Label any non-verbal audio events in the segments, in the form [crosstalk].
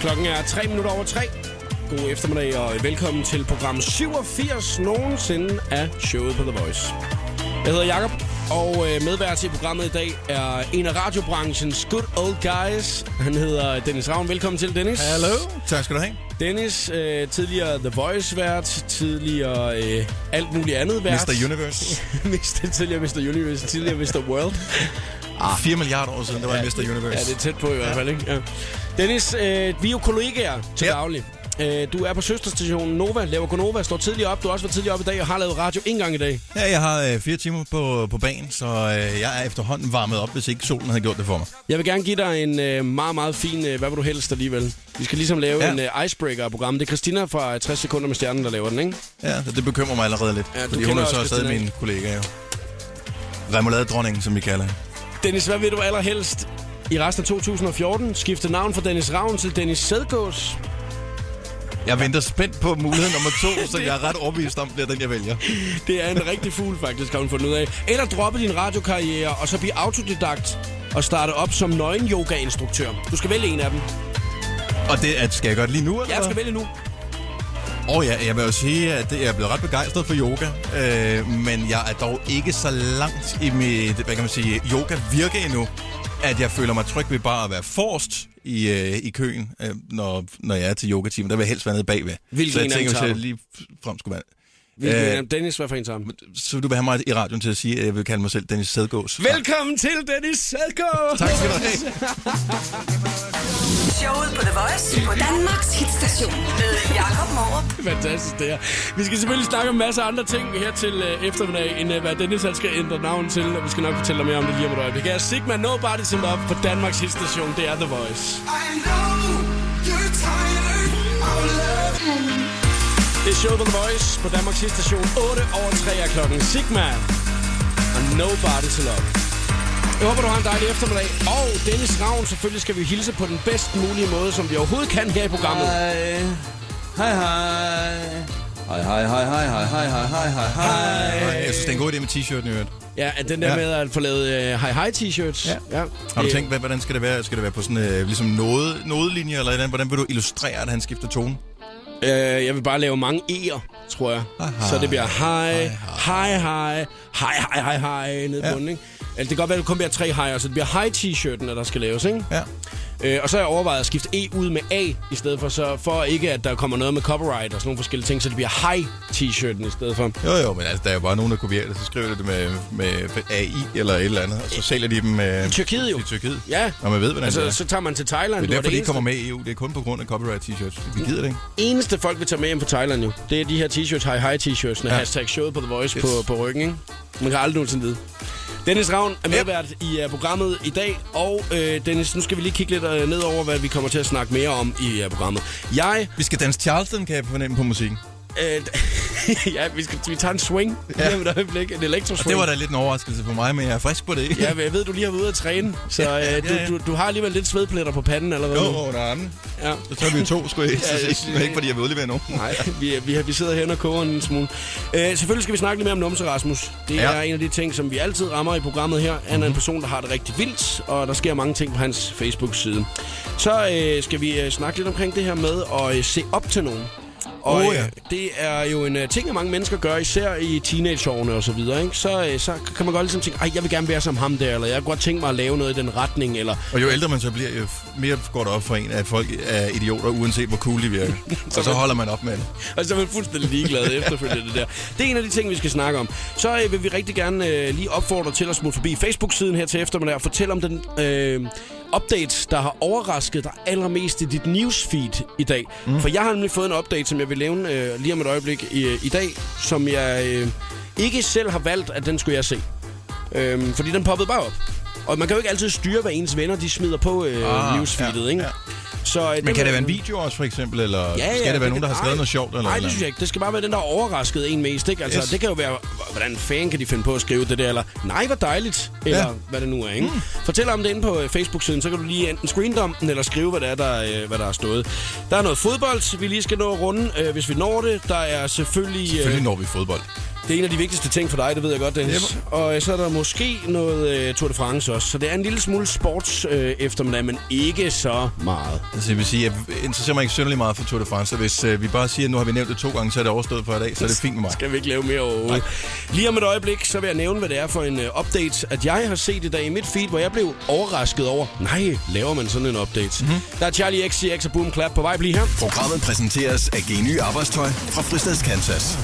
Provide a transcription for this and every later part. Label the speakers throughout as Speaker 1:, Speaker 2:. Speaker 1: Klokken er 3 minutter over 3. God eftermiddag og velkommen til program 87 nogensinde af showet på The Voice. Jeg hedder Jakob og øh, medvært til programmet i dag er en af radiobranchens good old guys. Han hedder Dennis Ravn. Velkommen til, Dennis.
Speaker 2: Hallo. Tak skal du have.
Speaker 1: Dennis, øh, tidligere The Voice-vært, tidligere øh, alt muligt andet vært.
Speaker 2: Mr. Universe.
Speaker 1: [laughs] Mr. tidligere Mr. Universe, tidligere Mr. World.
Speaker 2: 4 milliarder år siden, der var ja, Mr. Universe.
Speaker 1: Ah. Ja, det er tæt på i hvert fald, ikke? Ja. Dennis, øh, vi er jo kollegaer til
Speaker 2: Ja.
Speaker 1: daglig. Øh, du er på søsterstationen Nova, laver Gonova, står tidligt op. Du har også været tidligt op i dag og har lavet radio en gang i dag.
Speaker 2: ja, jeg har øh, fire timer på, på banen, så øh, jeg er efterhånden varmet op, hvis ikke solen havde gjort det for mig.
Speaker 1: Jeg vil gerne give dig en øh, meget, meget fin, øh, hvad vil du helst alligevel. Vi skal ligesom lave ja.
Speaker 2: Ja.
Speaker 1: en øh, icebreaker-program. Det er Christina fra øh, 60 sekunder med stjernen, der laver den, ikke?
Speaker 2: Ja, så det bekymrer mig allerede lidt,
Speaker 1: Ja, du
Speaker 2: fordi hun
Speaker 1: kender
Speaker 2: er så
Speaker 1: også
Speaker 2: stadig
Speaker 1: Christina.
Speaker 2: min kollega, jo. Remoulade-dronningen, som vi kalder hende.
Speaker 1: Dennis, hvad vil du allerhelst i resten af 2014? Skifte navn fra Dennis Ravn til Dennis Sædgås.
Speaker 2: Jeg venter spændt på mulighed nummer to, så jeg er ret overbevist om, bliver den, jeg vælger.
Speaker 1: Det er en rigtig fugl, faktisk, har hun fundet ud af. Eller droppe din radiokarriere, og så blive autodidakt og starte op som nøgen yoga-instruktør. Du skal vælge en af dem.
Speaker 2: Og det at, skal jeg godt lige nu, eller?
Speaker 1: Jeg skal
Speaker 2: hvad?
Speaker 1: vælge nu.
Speaker 2: Og ja, jeg vil jo sige, at det- jeg er blevet ret begejstret for yoga, øh, men jeg er dog ikke så langt i mit, hvad kan man sige, yoga-virke endnu, at jeg føler mig tryg ved bare at være forrest i, øh, i køen, øh, når, når jeg er til yogatimen. Der vil jeg helst være nede bagved.
Speaker 1: Hvilken
Speaker 2: så jeg
Speaker 1: en af dem
Speaker 2: tænker,
Speaker 1: tager
Speaker 2: hvis jeg
Speaker 1: du?
Speaker 2: lige frem skulle være...
Speaker 1: Hvilken
Speaker 2: Øh.
Speaker 1: en af dem? Dennis, hvad for en tager han?
Speaker 2: Så vil du vil have mig i radioen til at sige, at jeg vil kalde mig selv Dennis Sædgås.
Speaker 1: Velkommen til Dennis [laughs] Sædgås!
Speaker 2: Tak skal du have.
Speaker 3: Showet på The Voice på Danmarks hitstation med Jakob Morup.
Speaker 1: Fantastisk det her. Vi skal selvfølgelig snakke om masser af andre ting her til øh, eftermiddag, end øh, hvad Dennis han skal ændre navn til, og vi skal nok fortælle dig mere om det lige om et øjeblik. Her er Sigma Nobody Til op på Danmarks hitstation. Det er The Voice.
Speaker 4: I know you're tired of love.
Speaker 1: Det er showet på The Voice på Danmarks station 8 over 3 er klokken. Sigma og Nobody to Love. Jeg håber, du har en dejlig eftermiddag. Og Dennis Ravn, selvfølgelig skal vi hilse på den bedst mulige måde, som vi overhovedet kan her i programmet.
Speaker 5: Hej. Hej, hej. Hej, hej, hej, hej, hej, hej, hej, hej, hej, hej.
Speaker 2: Jeg synes, det er en god idé med t-shirten i øvrigt.
Speaker 1: Ja, at den der
Speaker 2: Ja.
Speaker 1: med at få lavet øh, high-high-t-shirts. Ja. ja.
Speaker 2: Har du
Speaker 1: Øh,
Speaker 2: tænkt, hvad- hvordan skal det være? Skal det være på sådan øh, ligesom noget, nodelinje eller et eller andet? Hvordan vil du illustrere, at han skifter tone?
Speaker 1: Øh, jeg vil bare lave mange E'er, tror jeg. Aha.
Speaker 2: Aha.
Speaker 1: Så det bliver hej, hej,
Speaker 2: Hej,
Speaker 1: hej, hej, hej, hej, hej, ned ja.
Speaker 2: Ja.
Speaker 1: bunden, ikke? Altså, det kan godt være, at det kun bliver tre hejer, så det bliver hej t-shirten, der skal laves, ikke?
Speaker 2: Ja.
Speaker 1: Øh, og så har jeg overvejet at skifte E ud med A i stedet for, så for ikke at der kommer noget med copyright og sådan nogle forskellige ting, så det bliver hej t-shirten i stedet for.
Speaker 2: Jo, jo, men altså, der er jo bare nogen, der kopierer det. Så skriver de det med, med AI eller et eller andet, og så sælger de dem øh,
Speaker 1: I Tyrkiet jo.
Speaker 2: i Tyrkiet.
Speaker 1: Ja.
Speaker 2: Når man ved, hvordan altså, det
Speaker 1: Altså,
Speaker 2: er.
Speaker 1: så tager man til Thailand.
Speaker 2: det
Speaker 1: hvor
Speaker 2: er derfor,
Speaker 1: eneste-
Speaker 2: de ikke kommer med i EU. Det er kun på grund af copyright-t-shirts. Vi gider det ikke.
Speaker 1: eneste folk vil tage med hjem fra Thailand jo, det er de her t-shirts, high high t-shirts, ja.
Speaker 2: Ja.
Speaker 1: hashtag showet på The Voice yes.
Speaker 2: Yes.
Speaker 1: på, på ryggen, ikke? Man kan aldrig nogensinde vide. Dennis Ravn er medvært i uh, programmet i dag, og øh, Dennis, nu skal vi lige kigge lidt uh, ned over, hvad vi kommer til at snakke mere om i uh, programmet. Jeg,
Speaker 2: Vi skal danse Charleston, kan jeg fornemme på musikken.
Speaker 1: øh, [laughs] ja, vi, skal, vi tager en swing ja.
Speaker 2: Ja.
Speaker 1: lige om et øjeblik, en
Speaker 2: Og
Speaker 1: elektroswing.
Speaker 2: det var da lidt en overraskelse for mig, men jeg er frisk på det, ikke?
Speaker 1: Ja, men jeg ved, du lige har været ude at træne, så øh, ja, ja,
Speaker 2: ja.
Speaker 1: ja. Du, du, du har alligevel lidt svedpletter på panden allerede.
Speaker 2: [laughs] Jo,
Speaker 1: nu.
Speaker 2: under armen.
Speaker 1: Ja.
Speaker 2: Så tager vi jo to, skulle jeg
Speaker 1: Ja, jeg
Speaker 2: ja,
Speaker 1: synes-
Speaker 2: sige. Men ikke, fordi jeg vil udlevere nogen.
Speaker 1: Nej, vi, vi, vi sidder herinde og koger en lille smule. Øh, selvfølgelig skal vi snakke lidt mere om Numse Rasmus. Det ja.
Speaker 2: Ja. Mhm.
Speaker 1: er en af de ting, som vi altid rammer i programmet her. Han er en person, der har det rigtig vildt, og der sker mange ting på hans Facebook-side. Så øh, skal vi øh, snakke lidt omkring det her med at øh, se op til nogen. Og
Speaker 2: Åh,
Speaker 1: øh,
Speaker 2: ja.
Speaker 1: det er jo en øh, ting, at mange mennesker gør, især i teenageårene og så videre. Ikke? Så, øh, så kan man godt ligesom tænke, Ej, jeg vil gerne være som ham der, eller jeg kunne godt tænke mig at lave noget i den retning, eller
Speaker 2: Og jo ældre man så bliver, jo f- mere går det op for en, at folk er idioter, uanset hvor cool de [laughs] virker. og så holder man op med det.
Speaker 1: Og så er man fuldstændig ligeglad efterfølgende det der. Det er en af de ting, vi skal snakke om. Så øh, vil vi rigtig gerne øh, lige opfordre til at smutte forbi Facebook-siden her til eftermiddag og fortælle om den øh, update, der har overrasket dig allermest i dit newsfeed i dag. Mm. For jeg har nemlig fået en update, som jeg vil nævne øh, lige om et øjeblik i, i dag, som jeg øh, ikke selv har valgt, at den skulle jeg se. Øhm, fordi den poppede bare op. Og man kan jo ikke altid styre, hvad ens venner de smider på øh, ah, newsfeedet,
Speaker 2: ja,
Speaker 1: ikke?
Speaker 2: ja.
Speaker 1: Så, øh,
Speaker 2: Men kan det være en
Speaker 1: video?
Speaker 2: video også, for eksempel? Eller skal det være
Speaker 1: men
Speaker 2: nogen, der har skrevet
Speaker 1: nej.
Speaker 2: noget sjovt? Eller
Speaker 1: Nej,
Speaker 2: et eller
Speaker 1: det synes
Speaker 2: andet?
Speaker 1: jeg ikke. Det skal bare være den, der har overrasket en mest. Ikke? Altså, yes.
Speaker 2: Yes.
Speaker 1: Det kan jo være, hvordan fanden kan de finde på at skrive det der, eller nej, hvor dejligt, eller ja.
Speaker 2: Ja.
Speaker 1: hvad det nu er. Ikke? Mm. Fortæl om det inde på øh, Facebook-siden, så kan du lige enten screendom den, eller skrive, hvad der, er, der, øh, hvad der er stået. Der er noget fodbold, vi lige skal nå at runde, øh, hvis vi når det. Der er selvfølgelig...
Speaker 2: Selvfølgelig når vi fodbold.
Speaker 1: Det er en af de vigtigste ting for dig, det ved jeg godt, Dennis. Yep. Og øh, så er der måske noget øh, Tour de France også. Så det er en lille smule sports øh, eftermiddag, men ikke så meget.
Speaker 2: Altså, jeg vil sige, jeg interesserer mig ikke synderlig meget for Tour de France, så hvis øh, vi bare siger, at nu har vi nævnt det to gange, så er det overstået for i dag, så er det fint med mig.
Speaker 1: Skal vi ikke lave mere overhovedet. Lige om et øjeblik, så vil jeg nævne, hvad det er for en øh, update, at jeg har set i dag i mit feed, hvor jeg blev overrasket over, nej, laver man sådan en update? Mm-hmm. Der er Charlie XCX og Boom Clap på vej, bliv her.
Speaker 6: Programmet præsenteres af Geny Arbejdstøj fra Fristads Kansas.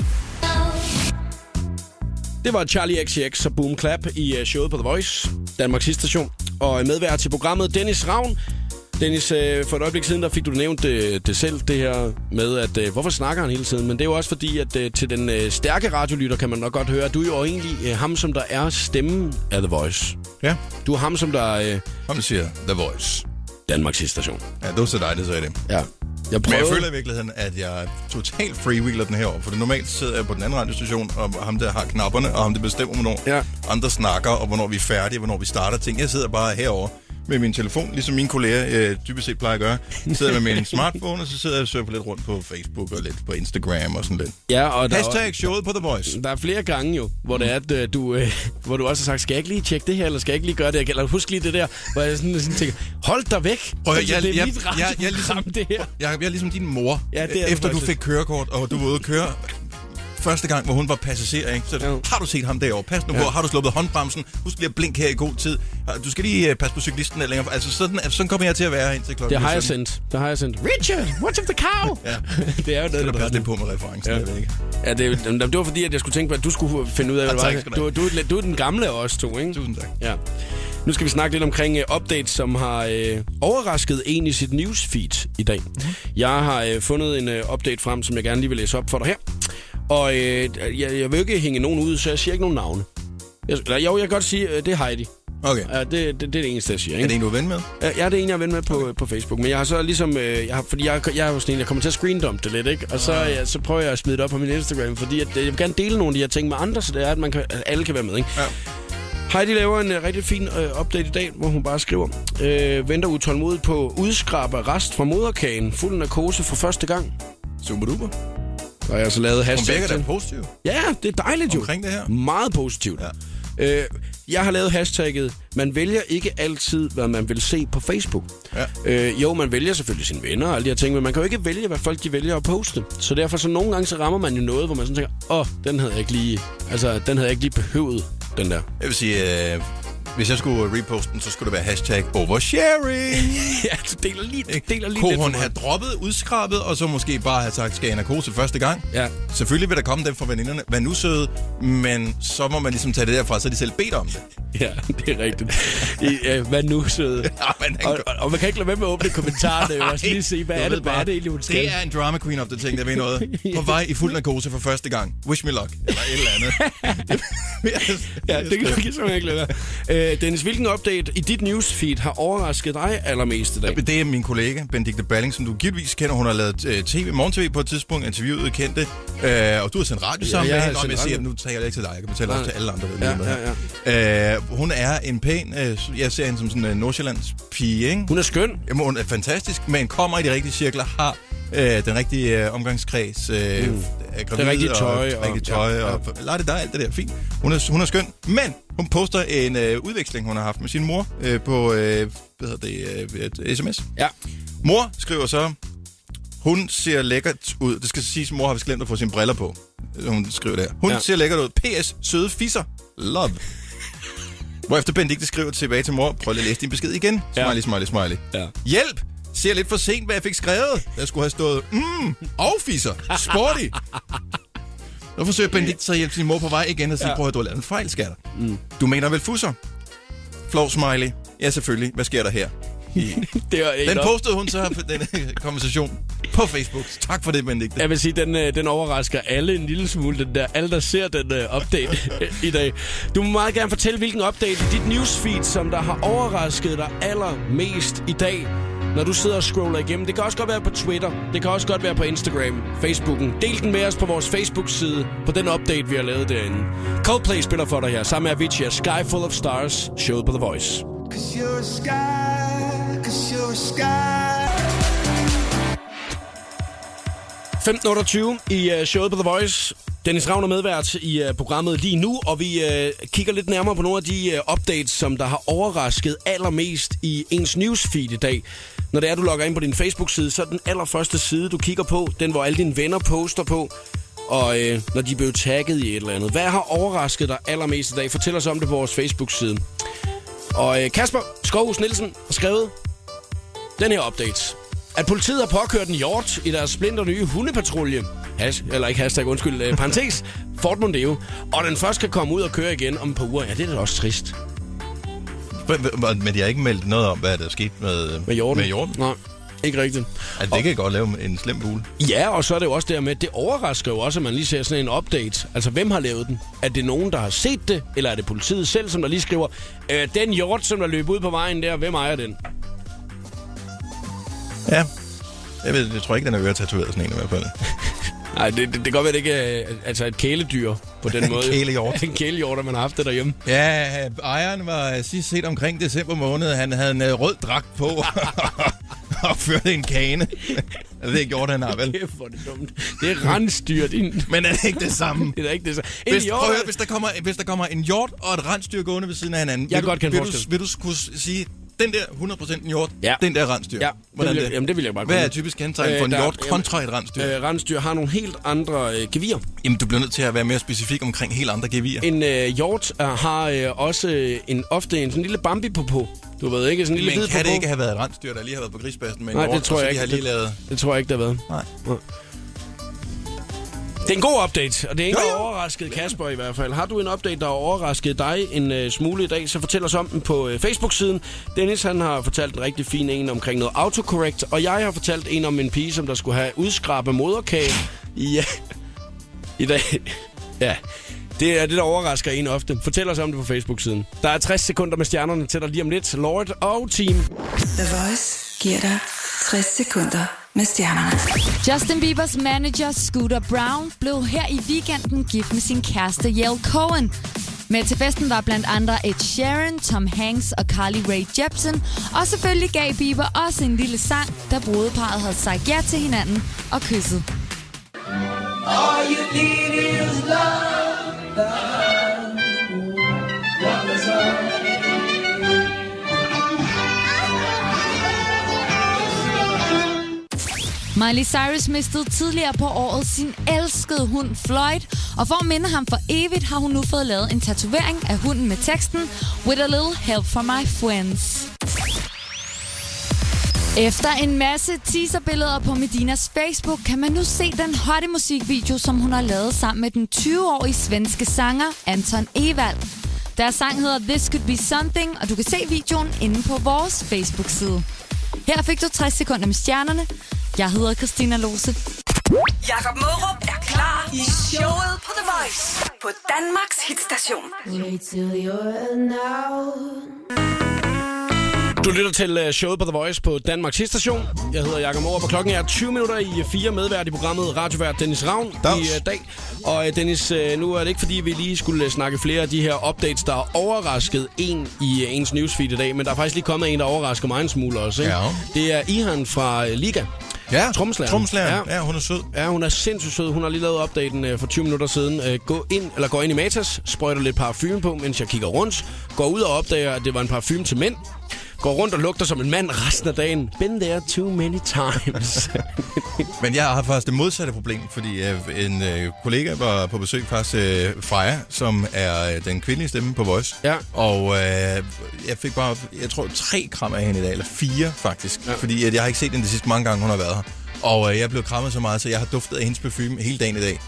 Speaker 1: Det var Charlie XCX og Boom Clap i øh, showet på The Voice, Danmarks station. Og øh, medvært til programmet, Dennis Ravn. Dennis, øh, for et øjeblik siden, der fik du nævnt det, det selv, det her med, at øh, hvorfor snakker han hele tiden? Men det er jo også fordi, at øh, til den øh, stærke radiolytter kan man nok godt høre, at du er jo egentlig øh, ham, som der er stemmen af The Voice.
Speaker 2: Ja,
Speaker 1: Du er ham, som der er øh,
Speaker 2: kom siger The Voice.
Speaker 1: Danmarks station.
Speaker 2: Ja, det var så dig, der sagde det.
Speaker 1: Ja. Jeg
Speaker 2: Men
Speaker 1: prøver...
Speaker 2: jeg føler i virkeligheden, at jeg er totalt freewheeler den her år, for normalt sidder jeg på den anden radiostation, og ham der har knapperne, og ham der bestemmer, hvornår
Speaker 1: Ja.
Speaker 2: ja. andre snakker, og hvornår vi er færdige, og hvornår vi starter ting. Jeg sidder bare herover med min telefon, ligesom mine kolleger øh, dybest set plejer at gøre. Jeg sidder
Speaker 1: [laughs]
Speaker 2: med min smartphone, og så sidder jeg og surfer lidt rundt på Facebook og lidt på Instagram og sådan lidt.
Speaker 1: Ja, og der, er-
Speaker 2: Hashtag showet på The Voice.
Speaker 1: der er flere gange jo, hvor det er, at øh, du, øh, hvor du også har sagt, skal jeg ikke lige tjekke det her, eller skal jeg ikke lige gøre det, eller husk lige det der, hvor jeg sådan, sådan tænker, hold dig væk,
Speaker 2: Prøv at
Speaker 1: altså,
Speaker 2: høre, jeg-
Speaker 1: det er
Speaker 2: jeg-
Speaker 1: mit
Speaker 2: jeg- jeg er
Speaker 1: radioprogram,
Speaker 2: ligesom-
Speaker 1: det her.
Speaker 2: Jeg, jeg er ligesom din mor.
Speaker 1: Ja, det er du
Speaker 2: Efter du
Speaker 1: faktisk.
Speaker 2: fik kørekort, og du var ude at køre første gang, hvor hun var passager, ikke? så
Speaker 1: Jo.
Speaker 2: har du set ham derovre. Pas nu på, har du sluppet håndbremsen? Husk lige at blinke her i god tid. Og Du skal lige øh, passe på cyklisten eller længere. Altså sådan, sådan kommer jeg til at være indtil klokken.
Speaker 1: Det har jeg
Speaker 2: sytten.
Speaker 1: sendt. Det har jeg sendt. Richard, watch of the cow!
Speaker 2: Ja.
Speaker 1: det er jo
Speaker 2: Skal
Speaker 1: noget,
Speaker 2: du
Speaker 1: der
Speaker 2: passe
Speaker 1: gør
Speaker 2: lidt på med referencen,
Speaker 1: Ja.
Speaker 2: ja. jeg ved ikke.
Speaker 1: Ja, det, er jo- jamen, det var fordi, at jeg skulle tænke på, at du skulle finde ud af, hvad
Speaker 2: tak
Speaker 1: det
Speaker 2: skal
Speaker 1: var.
Speaker 2: du
Speaker 1: Du,
Speaker 2: have.
Speaker 1: du, er- du er den gamle af os to, ikke?
Speaker 2: Tusind tak.
Speaker 1: Ja. Nu skal vi snakke lidt omkring uh, updates, som har uh, overrasket en i sit newsfeed i dag.
Speaker 2: Mhm.
Speaker 1: Jeg har uh, fundet en uh, update frem, som jeg gerne lige vil læse op for dig her. Og uh, jeg, jeg vil ikke hænge nogen ud, så jeg siger ikke nogen navne. Jeg, eller, jo, jeg kan godt sige, uh, det er Heidi.
Speaker 2: Okay.
Speaker 1: Uh, det, det, det er det eneste, jeg siger. Ikke?
Speaker 2: Er det en, du er ven med?
Speaker 1: Øh, Ja, det er en, jeg er ven med på, okay. på Facebook. Men jeg har så ligesom... Øh, jeg har, fordi jeg, jeg er jo sådan en, jeg kommer til at screendump det lidt, ikke? Og så,
Speaker 2: Ah.
Speaker 1: ja, så prøver jeg at smide det op på min Instagram, fordi at, øh, jeg vil gerne dele nogle af de her ting med andre, så det er, at, man kan, at alle kan være med, ikke?
Speaker 2: Ja.
Speaker 1: Heidi laver en uh, rigtig fin uh, update i dag, hvor hun bare skriver, øh, venter utålmodigt på udskrab af rest fra moderkagen, fuld narkose for første gang.
Speaker 2: Super duper.
Speaker 1: Og jeg har så lavet
Speaker 2: Hun
Speaker 1: hashtag
Speaker 2: virker da
Speaker 1: til-
Speaker 2: positiv.
Speaker 1: Ja, det er dejligt jo.
Speaker 2: Omkring det her.
Speaker 1: Meget positivt. Ja. Øh, jeg har lavet hashtagget, man vælger ikke altid, hvad man vil se på Facebook.
Speaker 2: Ja.
Speaker 1: Øh, jo, man vælger selvfølgelig sine venner og alle de her ting, men man kan jo ikke vælge, hvad folk de vælger at poste. Så derfor så nogle gange, så rammer man jo noget, hvor man sådan tænker, åh, oh, den havde jeg ikke lige, altså, den havde jeg ikke lige behøvet, den der.
Speaker 2: Jeg vil sige, øh, hvis jeg skulle reposte den, så skulle det være hashtag oversharing.
Speaker 1: [laughs] ja, du deler lige, du
Speaker 2: Ikke?
Speaker 1: deler lige
Speaker 2: Kunne
Speaker 1: lidt.
Speaker 2: hun
Speaker 1: for
Speaker 2: have
Speaker 1: meget.
Speaker 2: droppet, udskrabet, og så måske bare have sagt, skal jeg narkose første gang?
Speaker 1: Ja.
Speaker 2: Selvfølgelig vil der komme dem fra veninderne. Vær nu søde, men så må man ligesom tage det derfra, så er de selv bedt om det.
Speaker 1: [laughs] Ja, det er rigtigt. I, øh, hvad nu, søde?
Speaker 2: men han
Speaker 1: og,
Speaker 2: gør-
Speaker 1: og, og, man kan ikke lade være med at åbne kommentarerne,
Speaker 2: [laughs]
Speaker 1: jo, og så lige se, hvad
Speaker 2: Jeg
Speaker 1: er
Speaker 2: ved
Speaker 1: det, hvad er det egentlig, hun skal?
Speaker 2: Det er en drama queen of the ting, der ved
Speaker 1: [laughs]
Speaker 2: noget. På vej i fuld narkose for første gang. Wish me luck. Eller et eller andet. Det-
Speaker 1: Ja, det kan du simpelthen ikke lade være. Øh, Dennis, hvilken update i dit newsfeed har overrasket dig allermest i dag?
Speaker 2: Men Det er min kollega, Benedikte Balling, som du givetvis kender. Hun har lavet øh, TV, morgen-tv på et tidspunkt, interviewet kendte, øh, og du har sendt radio
Speaker 1: Ja,
Speaker 2: sammen
Speaker 1: jeg
Speaker 2: med
Speaker 1: har
Speaker 2: hende. Nå,
Speaker 1: sendt
Speaker 2: men Jeg siger,
Speaker 1: radio.
Speaker 2: nu taler jeg ikke til dig, jeg kan fortælle også til alle andre. der
Speaker 1: Ja,
Speaker 2: er med her. Øh, hun er en pæn, øh, jeg ser hende som sådan en øh, Nordsjællands pige, ikke?
Speaker 1: Hun er skøn.
Speaker 2: Jamen, hun er fantastisk, men kommer i de rigtige cirkler, har øh, den rigtige øh, omgangskreds, øh, mm.
Speaker 1: Det rigtige tøj og-
Speaker 2: og, og, rigtige tøj
Speaker 1: ja,
Speaker 2: ja,
Speaker 1: ja.
Speaker 2: ja. og lad det der, alt det der, fint. Hun er, hun er skøn, men hun poster en øh, udveksling, hun har haft med sin mor øh, på, øh, hvad hedder det, øh, et sms.
Speaker 1: Ja.
Speaker 2: Mor skriver så, hun ser lækkert ud. Det skal siges, mor har vist glemt at få sine briller på. Hun skriver der. Hun
Speaker 1: Ja.
Speaker 2: ja. ser lækkert ud. P.S. Søde fisser. Love. Hvorefter Benedikte skriver tilbage til mor, prøv lige at læse din besked igen.
Speaker 1: Ja.
Speaker 2: Smiley, smiley, smiley.
Speaker 1: Ja.
Speaker 2: Hjælp! Ser lidt for sent, hvad jeg fik skrevet. Der skulle have stået, mm, og fisser. Sporty. Nu forsøger Benedikte så at hjælpe sin mor på vej igen og sige, ja. prøv at høre, du har lavet en fejl, skatter. Mm. Du mener vel fusser? Flov smiley. Ja, selvfølgelig. Hvad sker der her?
Speaker 1: Det er en
Speaker 2: Den
Speaker 1: op-
Speaker 2: postede hun så på den øh, [laughs] konversation på Facebook. Tak for det, Benedikte.
Speaker 1: Jeg vil sige, den, øh, den overrasker alle en lille smule, den der. Alle, der ser den øh, update [laughs] i dag. Du må meget gerne fortælle, hvilken update i dit newsfeed, som der har overrasket dig allermest i dag, når du sidder og scroller igennem. Det kan også godt være på Twitter. Det kan også godt være på Instagram, Facebooken. Del den med os på vores Facebook-side, på den update, vi har lavet derinde. Coldplay spiller for dig her, sammen med Avicii og Sky Full of Stars, showet på The Voice.
Speaker 4: Cause you're a sky, cause you're a sky.
Speaker 1: 15.28 i øh, showet på The Voice. Dennis Ravn er medvært i øh, programmet lige nu, og vi øh, kigger lidt nærmere på nogle af de øh, updates, som der har overrasket allermest i ens newsfeed i dag. Når det er, du logger ind på din Facebook-side, så er den allerførste side, du kigger på, den hvor alle dine venner poster på, og øh, når de blev tagget i et eller andet. Hvad har overrasket dig allermest i dag? Fortæl os om det på vores Facebook-side. Og øh, Kasper Skovhus Nielsen har skrevet den her update. At politiet har påkørt en hjort i deres splinter nye hundepatrulje. Has, eller ikke hashtag, undskyld, øh, parentes, [laughs] Ford Mondeo. Og den først kan komme ud og køre igen om et par uger. Ja, det er da også trist
Speaker 2: Men- Men, men jeg har ikke meldt noget om, hvad der er sket med,
Speaker 1: med hjorten.
Speaker 2: Med hjorten.
Speaker 1: Nej, ikke rigtigt.
Speaker 2: Altså, det kan godt lave en slem bule.
Speaker 1: Ja, og så er det jo også dermed, det overrasker jo også, at man lige ser sådan en update. Altså, hvem har lavet den? Er det nogen, der har set det? Eller er det politiet selv, som der lige skriver, øh, den hjort, som der løb ud på vejen der, hvem ejer den?
Speaker 2: Ja. Jeg, ved, jeg tror ikke, den er øretatoveret sådan en i hvert fald.
Speaker 1: Nej, det, det, det kan godt være, det ikke er altså et kæledyr på den
Speaker 2: [laughs] En
Speaker 1: måde. [laughs]
Speaker 2: kælehjort.
Speaker 1: en kælehjort, at man har haft det derhjemme.
Speaker 2: Ja, ejeren var sidst set omkring december måned. Han havde en øh, rød dragt på [laughs] og førte en kane. det er ikke gjort, han har, [laughs] vel?
Speaker 1: Kæft, hvor er det dumt. Det er rensdyr, din...
Speaker 2: Men er det ikke det samme?
Speaker 1: Det er da ikke det så. En
Speaker 2: Hvis,
Speaker 1: hjort-
Speaker 2: prøv at høre, hvis der, kommer, hvis der kommer en hjort og et rensdyr gående ved siden af hinanden,
Speaker 1: Jeg
Speaker 2: vil,
Speaker 1: godt
Speaker 2: du,
Speaker 1: kan
Speaker 2: vil,
Speaker 1: forestille.
Speaker 2: du, vil du kunne s- sige, den der 100% en hjort,
Speaker 1: Ja.
Speaker 2: den der rensdyr?
Speaker 1: Ja, det vil jeg, jamen, det vil jeg bare
Speaker 2: Hvad
Speaker 1: kunne. Øh,
Speaker 2: er typisk kendetegn for en
Speaker 1: der-
Speaker 2: hjort kontra et rensdyr?
Speaker 1: Øh, rensdyr har nogle helt andre øh, gevier.
Speaker 2: Jamen, du bliver nødt til at være mere specifik omkring helt andre gevier.
Speaker 1: En øh, hjort øh, har øh, også øh, en, ofte en sådan lille bambi på på. Du ved ikke, sådan en lille
Speaker 2: Men
Speaker 1: hvid
Speaker 2: kan
Speaker 1: på
Speaker 2: det ikke have været et rensdyr, der lige har været på grisbassen med en
Speaker 1: Nej,
Speaker 2: hjort,
Speaker 1: det tror
Speaker 2: og så
Speaker 1: jeg
Speaker 2: de
Speaker 1: ikke.
Speaker 2: har lige
Speaker 1: Det-
Speaker 2: lavet...
Speaker 1: Det tror jeg ikke, der har været.
Speaker 2: Nej.
Speaker 1: Det er en god update, og det er ikke
Speaker 2: Jo,
Speaker 1: jo,
Speaker 2: jo.
Speaker 1: overrasket Kasper i hvert fald. Har du en update, der har overrasket dig en øh, smule i dag, så fortæl os om den på øh, Facebook-siden. Dennis han har fortalt en rigtig fin en omkring noget autocorrect, og jeg har fortalt en om en pige, som der skulle have udskrabet moderkage. Ja, [laughs] i dag. Ja, det er det, der overrasker en ofte. Fortæl os om det på Facebook-siden. Der er 60 sekunder med stjernerne til dig lige om lidt. Lord og Team.
Speaker 3: The Voice giver dig 60 sekunder med stjernerne.
Speaker 7: Justin Biebers manager Scooter Brown blev her i weekenden gift med sin kæreste Yael Cohen. Med til festen var blandt andre Ed Sheeran, Tom Hanks og Carly Rae Jepsen. Og selvfølgelig gav Bieber også en lille sang, da brudeparret havde sagt ja til hinanden og kysset. Miley Cyrus mistede tidligere på året sin elskede hund Floyd, og for at minde ham for evigt har hun nu fået lavet en tatovering af hunden med teksten With a little help from my friends. Efter en masse teaserbilleder på Medinas Facebook, kan man nu se den hotte musikvideo, som hun har lavet sammen med den 20-årige svenske sanger Anton Evald. Deres sang hedder This Could Be Something, og du kan se videoen inde på vores Facebook-side. Her fik du 60 sekunder med stjernerne. Jeg hedder Christina Lose.
Speaker 3: Jakob Mørup er klar i showet på The Voice på Danmarks hitstation.
Speaker 1: Du lytter til øh, showet på The Voice på Danmarks Station. Jeg hedder Jakob Morup, og klokken er 20 minutter i øh, fire medvært i programmet Radiovært Dennis Ravn
Speaker 2: Dags.
Speaker 1: i øh, dag. Og øh, Dennis, øh, nu er det ikke fordi, vi lige skulle øh, snakke flere af de her updates, der har overrasket en i øh, ens newsfeed i dag, men der er faktisk lige kommet en, der overrasker mig en smule også. Ikke?
Speaker 2: Ja.
Speaker 1: Det er Ihan fra øh, Liga.
Speaker 2: Ja,
Speaker 1: Tromslæren.
Speaker 2: Tromslæren.
Speaker 1: Ja.
Speaker 2: Ja. ja, hun er sød.
Speaker 1: Ja, hun er sindssygt sød. Hun har lige lavet opdaten øh, for 20 minutter siden. Øh, gå ind, eller går ind i Matas, sprøjter lidt parfume på, mens jeg kigger rundt. Går ud og opdager, at det var en parfume til mænd. Går rundt og lugter som en mand resten af dagen. Been there too many [laughs] times.
Speaker 2: Men jeg har faktisk det modsatte problem, fordi øh, en øh, kollega var på besøg faktisk øh, Freja, som er øh, den kvindelige stemme på Voice.
Speaker 1: Ja.
Speaker 2: Og øh, jeg fik bare, jeg tror, tre kram af hende i dag, eller fire faktisk. Ja. Fordi at jeg har ikke set hende de sidste mange gange, hun har været her. Og øh, jeg blev krammet så meget, så jeg har duftet af hendes parfume hele dagen i dag.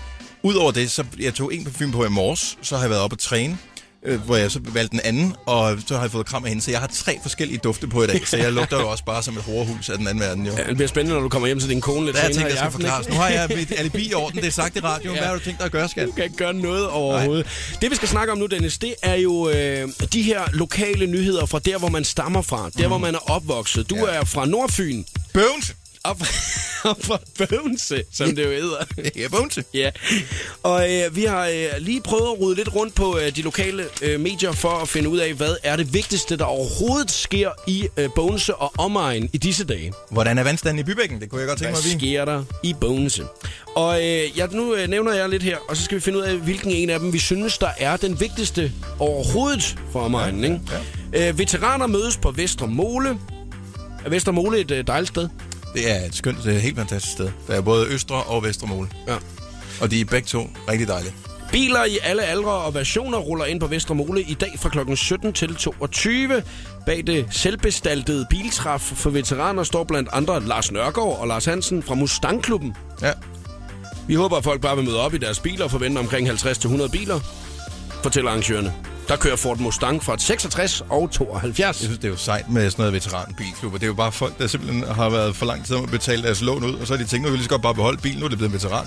Speaker 2: Udover det, så jeg tog en parfume på i morges, så har jeg været oppe at træne, øh, hvor jeg så valgte den anden, og så har jeg fået kram af hende. Så jeg har tre forskellige dufte på i dag, så jeg lugter jo også bare som et hårhus af den anden verden, jo.
Speaker 1: Ja, det bliver spændende, når du kommer hjem til din kone lidt
Speaker 2: Der er ting,
Speaker 1: senere
Speaker 2: der
Speaker 1: i
Speaker 2: skal
Speaker 1: aften. ikke?
Speaker 2: forklares. Nu har jeg mit alibi i orden. Det er sagt i radioen. Hvad har du tænkt dig at gøre, [laughs] skat?
Speaker 1: Du kan ikke gøre noget overhovedet. Nej. Det, vi skal snakke om nu, Dennis, det er jo øh, de her lokale nyheder fra der, hvor man stammer fra. Der, hvor man er opvokset. Du Mm. ja.
Speaker 2: Ja.
Speaker 1: er fra Nordfyn.
Speaker 2: Bøvns!
Speaker 1: op, [laughs] op fra Bøvnse, som det jo hedder.
Speaker 2: Ja, Bounty.
Speaker 1: Ja, og øh, vi har øh, lige prøvet at rode lidt rundt på øh, de lokale øh, medier for at finde ud af, hvad er det vigtigste, der overhovedet sker i øh, Bogense og omegn i disse dage.
Speaker 2: Hvordan er vandstanden i Bybækken? Det kunne jeg godt tænke
Speaker 1: Hvad
Speaker 2: mig at vide.
Speaker 1: sker der i Bogense? Og øh, jeg, nu øh, nævner jeg lidt her, og så skal vi finde ud af, hvilken en af dem, vi synes, der er den vigtigste overhovedet for omegnen. Ikke? Ja. Øh, veteraner mødes på Vestre Mole. Er Vestre Mole et øh, dejligt sted?
Speaker 2: Det er et skønt, øh, helt fantastisk sted. Der er både Østre og Vestre Mole.
Speaker 1: Ja.
Speaker 2: Og de er begge to rigtig dejlige.
Speaker 1: Biler i alle aldre og versioner ruller ind på Vestre Mole i dag fra kl. 17 til 22. Bag det selvbestaltede biltræf for veteraner står blandt andre Lars Nørgaard og Lars Hansen fra Mustangklubben.
Speaker 2: Ja.
Speaker 1: Vi håber, at folk bare vil møde op i deres biler og forvente omkring 50-100 biler, fortæller arrangørerne. Der kører Ford Mustang fra 66 og 72.
Speaker 2: Jeg [laughs] synes, det er jo sejt med sådan noget veteranbilklub, og det er jo bare folk, der simpelthen har været for lang tid om at betale deres lån ud, og så har de tænkt, nu vil vi lige så godt bare beholde bilen, nu er det blevet en veteran.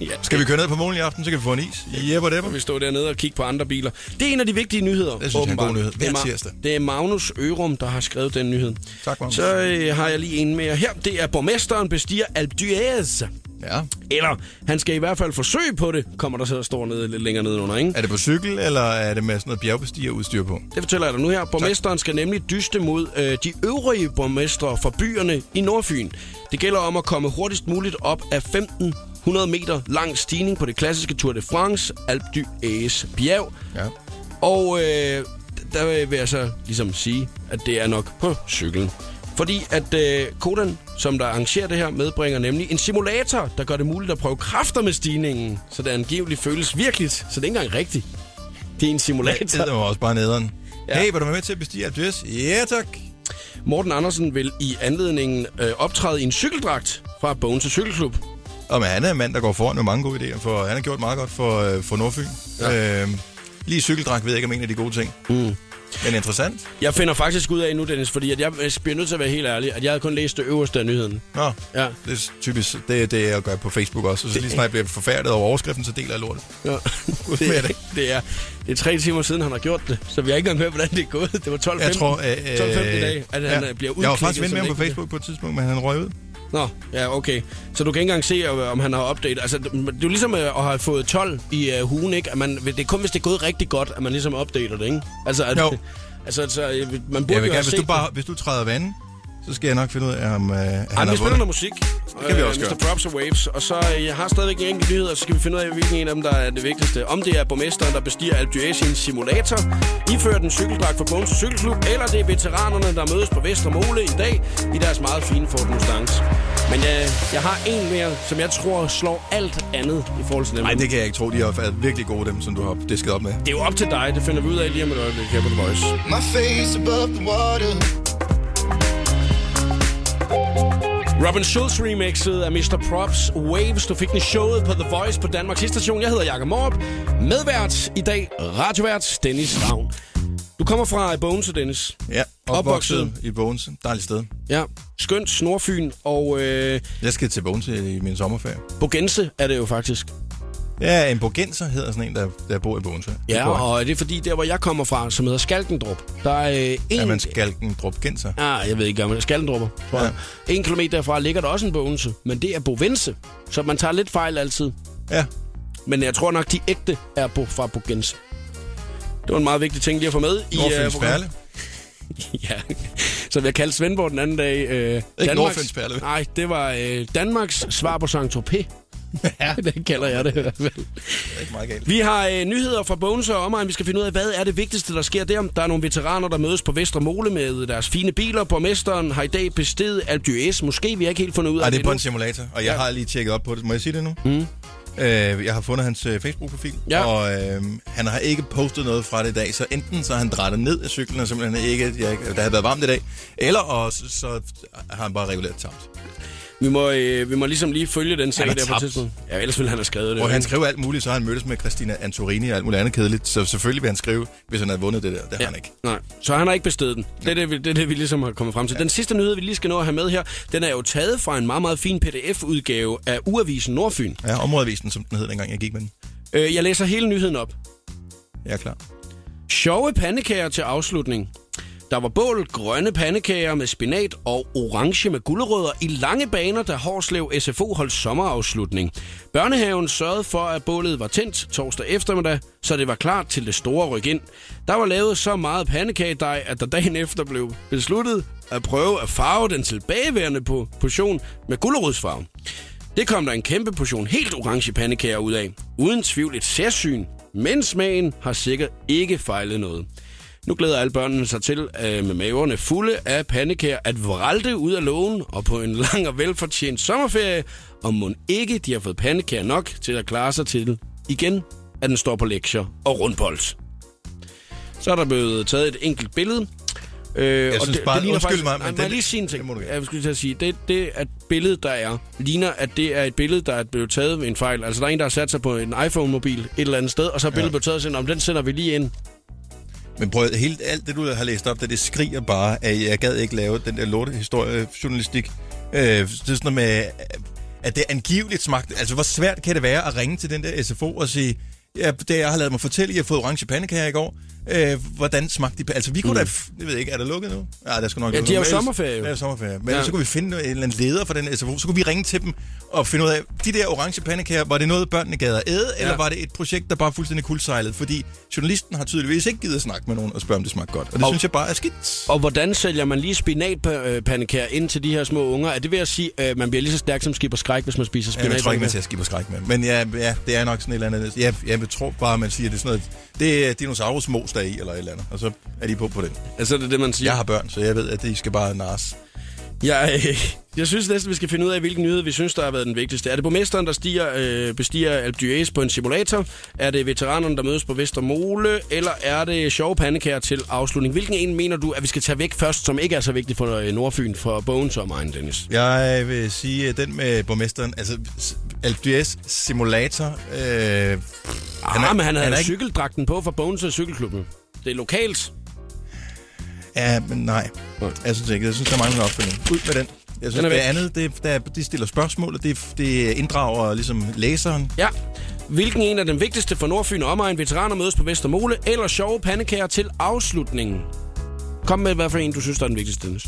Speaker 1: ja,
Speaker 2: Skal vi køre ned på målen i aften, så kan vi få en is? Jep og depper.
Speaker 1: vi stå dernede og kigge på andre biler. Det er en af de vigtige nyheder.
Speaker 2: synes jeg er en
Speaker 1: åbenbart.
Speaker 2: god nyhed. Hver
Speaker 1: Det er Ma-
Speaker 2: tirsdag.
Speaker 1: Det er Magnus Ørum, der har skrevet den nyhed.
Speaker 2: Tak, Magnus.
Speaker 1: Så øh, har jeg lige en mere her. Det er borgmesteren bestiger Alp d'Huez.
Speaker 2: Ja.
Speaker 1: Eller han skal i hvert fald forsøge på det, kommer der så står nede, lidt længere nede under, ikke?
Speaker 2: Er det på cykel, eller er det med sådan noget bjergbestigerudstyr på?
Speaker 1: Det fortæller jeg dig nu her. Borgmesteren skal nemlig dyste mod øh, de øvrige borgmestre fra byerne i Nordfyn. Det gælder om at komme hurtigst muligt op af 1500 meter lang stigning på det klassiske Tour de France, Alpe d'Huez bjerg.
Speaker 2: Ja.
Speaker 1: Og øh, der vil jeg så ligesom sige, at det er nok på cyklen. Fordi at øh, Kodan, som der arrangerer det her, medbringer nemlig en simulator, der gør det muligt at prøve kræfter med stigningen, så det angiveligt føles virkeligt, så det er ikke engang rigtigt. Det er en
Speaker 2: Det er
Speaker 1: simulator.
Speaker 2: jo også bare nederen.
Speaker 1: Ja.
Speaker 2: Ja. Hey, vil du være med til at bestige Alpes? Ja, tak.
Speaker 1: Morten Andersen vil i anledningen øh, optræde i en cykeldragt fra Bogen til Cykelklub.
Speaker 2: Og men han er en mand, der går foran med mange gode idéer, for han har gjort meget godt for, øh, for Nordfyn. Ja. Øhm, lige cykeldrag ved jeg ikke, om en af de gode ting. Mm. Men interessant.
Speaker 1: Jeg finder faktisk ud af nu, Dennis, fordi at jeg øh, bliver nødt til at være helt ærlig, at jeg havde kun læst det øverste af nyheden.
Speaker 2: Nå,
Speaker 1: Ja.
Speaker 2: det er typisk det, det jeg gør på Facebook også. Så lige snart jeg bliver forfærdet over overskriften, så deler jeg lortet. [laughs]
Speaker 1: Ja.
Speaker 2: Ud med
Speaker 1: Det,
Speaker 2: det.
Speaker 1: det, er, det er tre timer siden, han har gjort det, så vi har ikke engang hørt, hvordan det er gået. Det var 12.15
Speaker 2: Jeg tror, øh,
Speaker 1: 12.15 i dag, at han øh, bliver udklikket.
Speaker 2: Jeg var faktisk ven med
Speaker 1: som
Speaker 2: ham på
Speaker 1: en
Speaker 2: Facebook på et tidspunkt, men han røg ud.
Speaker 1: enkelt. Nå, ja, okay. Så du kan ikke engang se, øh, om han har update. Altså, det det er jo ligesom øh, at have fået 12 i uh, ugen, ikke? At man, det er kun, hvis det er gået rigtig godt, at man ligesom updater det, ikke? Altså, at,
Speaker 2: Jo.
Speaker 1: [laughs] Altså, altså, øh, man burde
Speaker 2: Jeg vil
Speaker 1: jo have
Speaker 2: gerne, hvis
Speaker 1: set
Speaker 2: du, bare, hvis du træder vandet, så skal jeg nok finde ud af, om øh, han
Speaker 1: Ej,
Speaker 2: har
Speaker 1: vi spiller noget
Speaker 2: vundet.
Speaker 1: musik. Øh, Det
Speaker 2: kan vi også
Speaker 1: Mr.
Speaker 2: gøre.
Speaker 1: Props og Waves. Og så øh, jeg har stadigvæk en enkelt nyhed, og så skal vi finde ud af, hvilken en af dem, der er det vigtigste. Om det er borgmesteren, der bestiger Alpe d'Huez i en simulator, ifører den cykeldragt for Bones Cykelklub, eller det er veteranerne, der mødes på Vestre Mole i dag i deres meget fine Ford Mustangs. Men jeg, jeg har en mere, som jeg tror slår alt andet i forhold til dem.
Speaker 2: Nej, det kan jeg ikke tro. De har været virkelig gode, dem, som du har disket op med.
Speaker 1: det er jo op til dig, det finder vi ud af lige om et øjeblik her på The Voice.
Speaker 4: My face above the water.
Speaker 1: Robin Schulz remixet af Mr. Props Waves. Du fik den i showet på The Voice på Danmarks station. Jeg hedder Jakob Morup. Medvært i dag, radiovært Dennis Ravn. Du kommer fra Bones, Dennis.
Speaker 2: Ja,
Speaker 1: Opvokset.
Speaker 2: opvokset, i Bogense. Dejligt sted.
Speaker 1: Ja, skønt Snorfyn og øh,
Speaker 2: Jeg skal til Bogense i min sommerferie.
Speaker 1: Bogense er det jo faktisk.
Speaker 2: Ja, en borgenser hedder sådan en, der, der bor i Bogense. Det er
Speaker 1: Ja,
Speaker 2: korrekt.
Speaker 1: og det er fordi, der hvor jeg kommer fra, som hedder Skalkendrup, der er øh, en...
Speaker 2: Er man skalkendrup-genser?
Speaker 1: Ah, jeg ved ikke, om det er Skaldendrupper, tror jeg. En kilometer derfra ligger der også en Bogense, men det er Bovense. Så man tager lidt fejl altid.
Speaker 2: Ja.
Speaker 1: Men jeg tror nok, de ægte er på, fra Bogense. Det var en meget vigtig ting lige at få med i øh,
Speaker 2: Nordfyns
Speaker 1: programmet.
Speaker 2: Perle.
Speaker 1: [laughs] ja. Som jeg kaldte Svendborg den anden dag. Øh,
Speaker 2: Nordfyns Perle, vel?
Speaker 1: Nej, det var øh, Danmarks svar på
Speaker 2: [laughs]
Speaker 1: Saint-Tropez. ja. Det kalder jeg det i hvert fald.
Speaker 2: Det er ikke meget galt.
Speaker 1: Vi har øh, nyheder fra Bones og omegn. Vi skal finde ud af, hvad er det vigtigste, der sker der. Der er nogle veteraner, der mødes på Vestre Mole med deres fine biler. Borgmesteren har i dag bestedet Alpe d'Huez. Måske vi har ikke helt fundet ud af
Speaker 2: Ej, det er på
Speaker 1: endnu.
Speaker 2: en simulator, og jeg har lige tjekket op på det. Må jeg sige det nu? Mm. Øh, jeg har fundet hans øh, Facebook-profil,
Speaker 1: Ja.
Speaker 2: og øh, han har ikke postet noget fra det i dag, så enten så er han drættet ned af cyklen, og simpelthen ikke, jeg, ikke- der har været varmt i dag, eller også, så har han bare reguleret tabt.
Speaker 1: Vi må, øh, vi må ligesom lige følge den sag der
Speaker 2: er
Speaker 1: på et
Speaker 2: tabt.
Speaker 1: tidspunkt. Ja, ellers ville han have skrevet det.
Speaker 2: Og han skrev alt muligt, så har han mødtes med Christina Antorini og alt muligt andet kedeligt, så selvfølgelig vil han skrive, hvis han havde vundet det der. Det har han ikke.
Speaker 1: Nej, så han har ikke bestedet den. Det er det, vi, det, er det, vi ligesom har kommet frem til. Den sidste nyhed, vi lige skal nå at have med her, den er jo taget fra en meget, meget fin pdf-udgave af Uavisen Nordfyn.
Speaker 2: Ja, områdevisen, som den hed, dengang jeg gik med den.
Speaker 1: Øh, jeg læser hele nyheden op.
Speaker 2: Jeg er klar.
Speaker 1: Sjove pandekager til afslutning. Der var bål, grønne pandekager med spinat og orange med gulerødder i lange baner, da Horslev SFO holdt sommerafslutning. Børnehaven sørgede for, at bålet var tændt torsdag eftermiddag, så det var klar til det store ryk ind. Der var lavet så meget pandekagedej, at der dagen efter blev besluttet at prøve at farve den tilbageværende po- portion med gulerodsfarve. Det kom der en kæmpe portion helt orange pandekager ud af. Uden tvivl et særsyn, men smagen har sikkert ikke fejlet noget. Nu glæder alle børnene sig til øh, med maverne fulde af pandekager at vralte ud af lågen og på en [laughs] lang og velfortjent sommerferie, og må ikke de har fået pandekager nok til at klare sig til igen, at den står på lektier og rundbold. Så er der blevet taget et enkelt billede. Øh, jeg
Speaker 2: synes bare-
Speaker 1: ligner
Speaker 2: undskyld
Speaker 1: nej,
Speaker 2: mig, men
Speaker 1: må jeg
Speaker 2: den-
Speaker 1: lige sige en ting?
Speaker 2: det må du gerne.
Speaker 1: jeg skulle til at sige, det, det at billede, der er, ligner, at det er et billede, der er blevet taget ved en fejl. Altså, der er en, der har sat sig på en iPhone-mobil et eller andet sted, og så er billedet ja. blevet taget og sendt, om den sender vi lige ind.
Speaker 2: Men prøv at- helt alt det, du har læst op, det, det skriger bare, at jeg gad ikke lave den der lorte historiejournalistik. Øh, det er sådan noget med, at det angiveligt smagte. Altså, hvor svært kan det være at ringe til den der SFO og sige, ja, det jeg har lavet mig fortælle, jeg har fået orange pandekager i går. Øh, hvordan smagte de? Altså, vi kunne mm. da... f- Det ved jeg ikke, er der lukket nu? Nej, der skulle nok
Speaker 1: Ja,
Speaker 2: lukket
Speaker 1: de har
Speaker 2: nu.
Speaker 1: jo
Speaker 2: Men ellers-
Speaker 1: sommerferie jo.
Speaker 2: Ja, sommerferie. Men
Speaker 1: Ja.
Speaker 2: ja. så kunne vi finde noget- en eller anden leder for den SFO. Så kunne vi ringe til dem og finde ud af, de der orange pandekager, var det noget, børnene gad at æde, ja. eller var det et projekt, der bare fuldstændig kuldsejlede? Fordi journalisten har tydeligvis ikke givet at snakke med nogen og spørge, om det smagte godt. Og det
Speaker 1: Og-
Speaker 2: og... synes jeg bare er skidt.
Speaker 1: Og hvordan sælger man lige spinatpandekager ind til de her små unger? Er det ved at sige, at man bliver lige så stærk som skib og skræk, hvis man spiser
Speaker 2: Ja,
Speaker 1: spinat?
Speaker 2: jeg tror ikke, man ser skib og skræk med. Men ja, ja, det er nok sådan et eller andet. Ja, ja, jeg tror bare, man siger, det er sådan noget, det er dinosaurus mos, der er i, eller et eller andet. Og så er de på på den.
Speaker 1: Altså, det er det, man siger.
Speaker 2: Jeg har børn, så jeg ved, at de skal bare nars.
Speaker 1: Jeg, [laughs] øh, jeg synes næsten, vi skal finde ud af, hvilken nyhed vi synes, der har været den vigtigste. Er det borgmesteren, der stiger, øh, bestiger Alp d'Huez på en simulator? Er det veteranerne, der mødes på Vestermole? Eller er det sjove pandekager til afslutning? Hvilken en mener du, at vi skal tage væk først, som ikke er så vigtig for øh, Nordfyn, for Bones og mig, Dennis?
Speaker 2: Jeg vil sige, at den med borgmesteren, altså s- Alp Dues simulator, øh,
Speaker 1: Han er, ah, men han havde
Speaker 2: han er
Speaker 1: han
Speaker 2: ikke-
Speaker 1: cykeldragten på fra Bones og cykelklubben. Det er lokalt.
Speaker 2: Ja, men nej. Jeg synes ikke. Jeg synes, der mangler en opfølging. Ud med den. Jeg
Speaker 1: Den
Speaker 2: synes,
Speaker 1: er
Speaker 2: den det
Speaker 1: væk.
Speaker 2: andet, det, der, de stiller spørgsmål, og det, det inddrager ligesom læseren.
Speaker 1: Ja. Hvilken en er den vigtigste for Nordfyn og omegn? Veteraner mødes på Vestermole, eller sjove pandekager til afslutningen? Kom med, hvad for en du synes, der er den vigtigste, Dennis.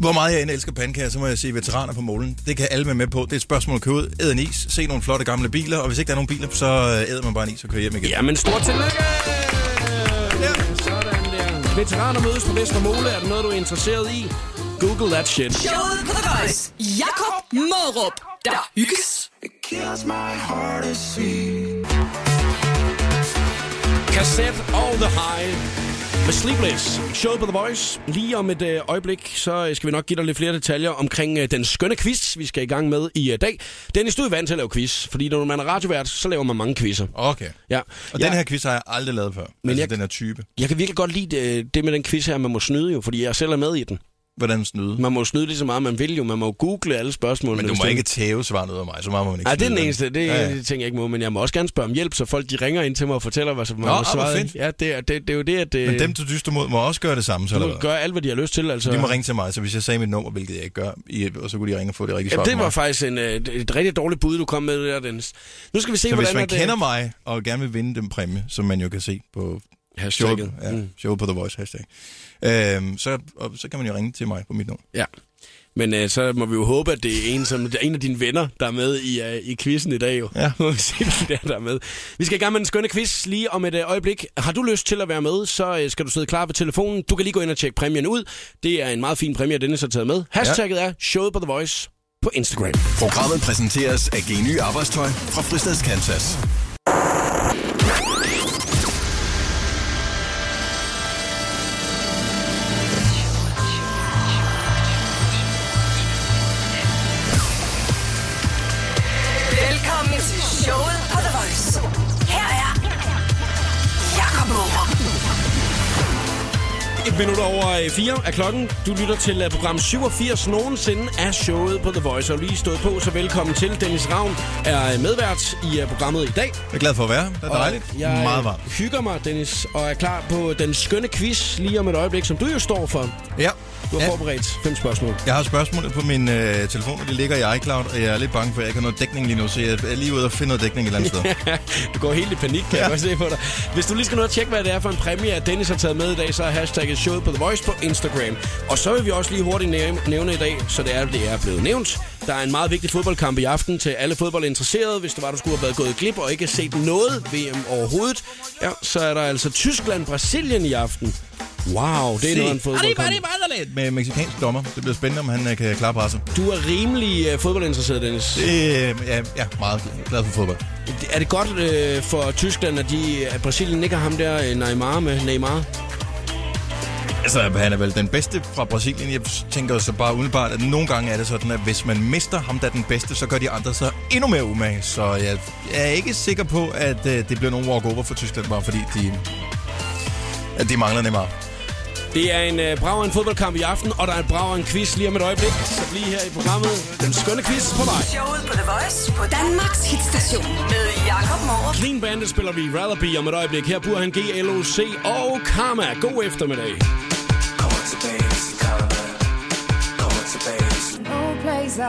Speaker 2: Hvor meget jeg end elsker pandekager, så må jeg sige veteraner på målen. Det kan alle være med på. Det er et spørgsmål at købe ud. Æd en is, se nogle flotte gamle biler, og hvis ikke der er nogen biler, så øh, æder man bare en is og kører hjem igen.
Speaker 1: Jamen, stort tillykke! Sådan der. Veteraner mødes på Vestermole. Er det noget, du er interesseret i? Google that shit.
Speaker 3: Showet på The Voice. Jakob Morup. Der hygges.
Speaker 4: It kills my heart to see.
Speaker 1: Cassette og The High med Sleepless. Show på The Voice. Lige om et øh, øjeblik, så øh, skal vi nok give dig lidt flere detaljer omkring øh, den skønne quiz, vi skal i gang med i øh, dag. Dennis, du er vant til at lave quiz, fordi når man er radiovært, så laver man mange quizzer.
Speaker 2: Okay.
Speaker 1: Ja.
Speaker 2: Og
Speaker 1: jeg,
Speaker 2: den her quiz har jeg aldrig lavet før. Men
Speaker 1: jeg-
Speaker 2: altså, jeg... den her type.
Speaker 1: jeg kan virkelig godt lide øh, det med den quiz her, man må snyde jo, fordi jeg selv er med i den.
Speaker 2: Hvordan snyde?
Speaker 1: Man må jo snyde lige så meget, man vil jo. Man må jo google alle spørgsmålene.
Speaker 2: Men du
Speaker 1: hvis
Speaker 2: må
Speaker 1: det-
Speaker 2: ikke tæve svaret ud af mig, så meget må man ikke
Speaker 1: Nej, det er den
Speaker 2: snyde.
Speaker 1: eneste. Det er
Speaker 2: Ja,
Speaker 1: ja,
Speaker 2: ja.
Speaker 1: ja. ting, jeg ikke må. Men jeg må også gerne spørge om hjælp, så folk de ringer ind til mig og fortæller, hvad som
Speaker 2: Nå,
Speaker 1: har
Speaker 2: ah, hvor
Speaker 1: svaret.
Speaker 2: fedt.
Speaker 1: Ja, det er, det, det er jo det, at øh,
Speaker 2: Men dem, du dyster mod, må også gøre det samme, så
Speaker 1: de
Speaker 2: eller
Speaker 1: må
Speaker 2: hvad?
Speaker 1: gøre alt, hvad de har lyst til. Altså.
Speaker 2: De må ringe til mig, så hvis jeg sagde mit nummer, hvilket jeg ikke gør, I, og så kunne de ringe og få det rigtige svar
Speaker 1: Ja, det
Speaker 2: fra
Speaker 1: var
Speaker 2: mig.
Speaker 1: faktisk en, øh, et- et rigtig dårligt bud, du kom med der, Dennis. Nu skal vi se,
Speaker 2: Så
Speaker 1: hvordan
Speaker 2: hvis man
Speaker 1: at, øh,
Speaker 2: kender mig og gerne vil vinde den præmie, som man jo kan se på showet,
Speaker 1: hashtagget.
Speaker 2: ja,
Speaker 1: Mm.
Speaker 2: showet på The Voice hashtag, øhm, så, og, så kan man jo ringe til mig på mit nummer.
Speaker 1: Ja. Men øh, så må vi jo håbe, at det er en, som, det er en af dine venner, der er med i, øh, i quizzen i dag. Jo. [laughs]
Speaker 2: Ja.
Speaker 1: Må vi se, hvem det er, der er med. Vi skal i gang med den skønne quiz lige om et øh, øjeblik. Har du lyst til at være med, så øh, skal du sidde klar ved telefonen. Du kan lige gå ind og tjekke præmien ud. Det er en meget fin præmie, Dennis har taget med. Hashtagget er showet på The Voice på Instagram.
Speaker 6: Programmet præsenteres af Geny Arbejdstøj fra Fristads Kansas.
Speaker 3: Velkommen til showet på The Voice. Her er Jakob Morup.
Speaker 1: Et minut over øh, fire er klokken. Du lytter til øh, program 87 nogensinde af showet på The Voice. Og lige stået på, så velkommen til. Dennis Ravn er øh, medvært i øh, programmet i dag.
Speaker 2: Jeg er glad for at være her. Det er dejligt.
Speaker 1: Og
Speaker 2: Jeg...
Speaker 1: Jeg øh,
Speaker 2: Meget varmt.
Speaker 1: hygger mig, Dennis, og er klar på den skønne quiz lige om et øjeblik, som du jo står for.
Speaker 2: Ja.
Speaker 1: Du har
Speaker 2: ja.
Speaker 1: forberedt fem spørgsmål.
Speaker 2: Jeg har spørgsmålet på min øh, telefon, og det ligger i iCloud, og jeg er lidt bange for, at jeg ikke har noget dækning lige nu, så jeg er lige ude og finde noget dækning et eller andet
Speaker 1: [laughs]
Speaker 2: sted.
Speaker 1: du går helt i panik, kan ja. jeg godt se på dig. Hvis du lige skal nå at tjekke, hvad det er for en præmie, at Dennis har taget med i dag, så er hashtagget showet på The Voice på Instagram. Og så vil vi også lige hurtigt næv- nævne i dag, så det er, det er blevet nævnt. Der er en meget vigtig fodboldkamp i aften til alle fodboldinteresserede. Hvis det var, du skulle have været gået glip og ikke set noget VM overhovedet, ja, så er der altså Tyskland-Brasilien i aften. Wow, det er noget af en fodboldkamp.
Speaker 2: Med mexikansk dommer. Det bliver spændende, om han øh, kan klare presset.
Speaker 1: Du er rimelig øh, fodboldinteresseret, Dennis.
Speaker 2: Det, øh, ja, ja, meget glad for fodbold.
Speaker 1: Er det godt øh, for Tyskland, at, de, at Brasilien ikke har ham der øh, Neymar med? Neymar?
Speaker 2: Altså, han er vel den bedste fra Brasilien. Jeg tænker så bare umiddelbart, at nogle gange er det sådan, at hvis man mister ham, der er den bedste, så gør de andre sig endnu mere umage. Så jeg er ikke sikker på, at øh, det bliver nogen walkover for Tyskland, bare fordi de, at de mangler Neymar.
Speaker 1: Det er en øh, brav en fodboldkamp i aften, og der er en brav en quiz lige om et øjeblik. Så bliv her i programmet. Den skønne quiz på vej.
Speaker 3: Showet på The Voice på Danmarks hitstation med Jakob Morup.
Speaker 1: Clean Bandit spiller vi Ratherby om et øjeblik. Her burde han GLOC og Karma. God eftermiddag.
Speaker 4: Kommer tilbage, hvis I kalder mig. Kommer tilbage, hvis I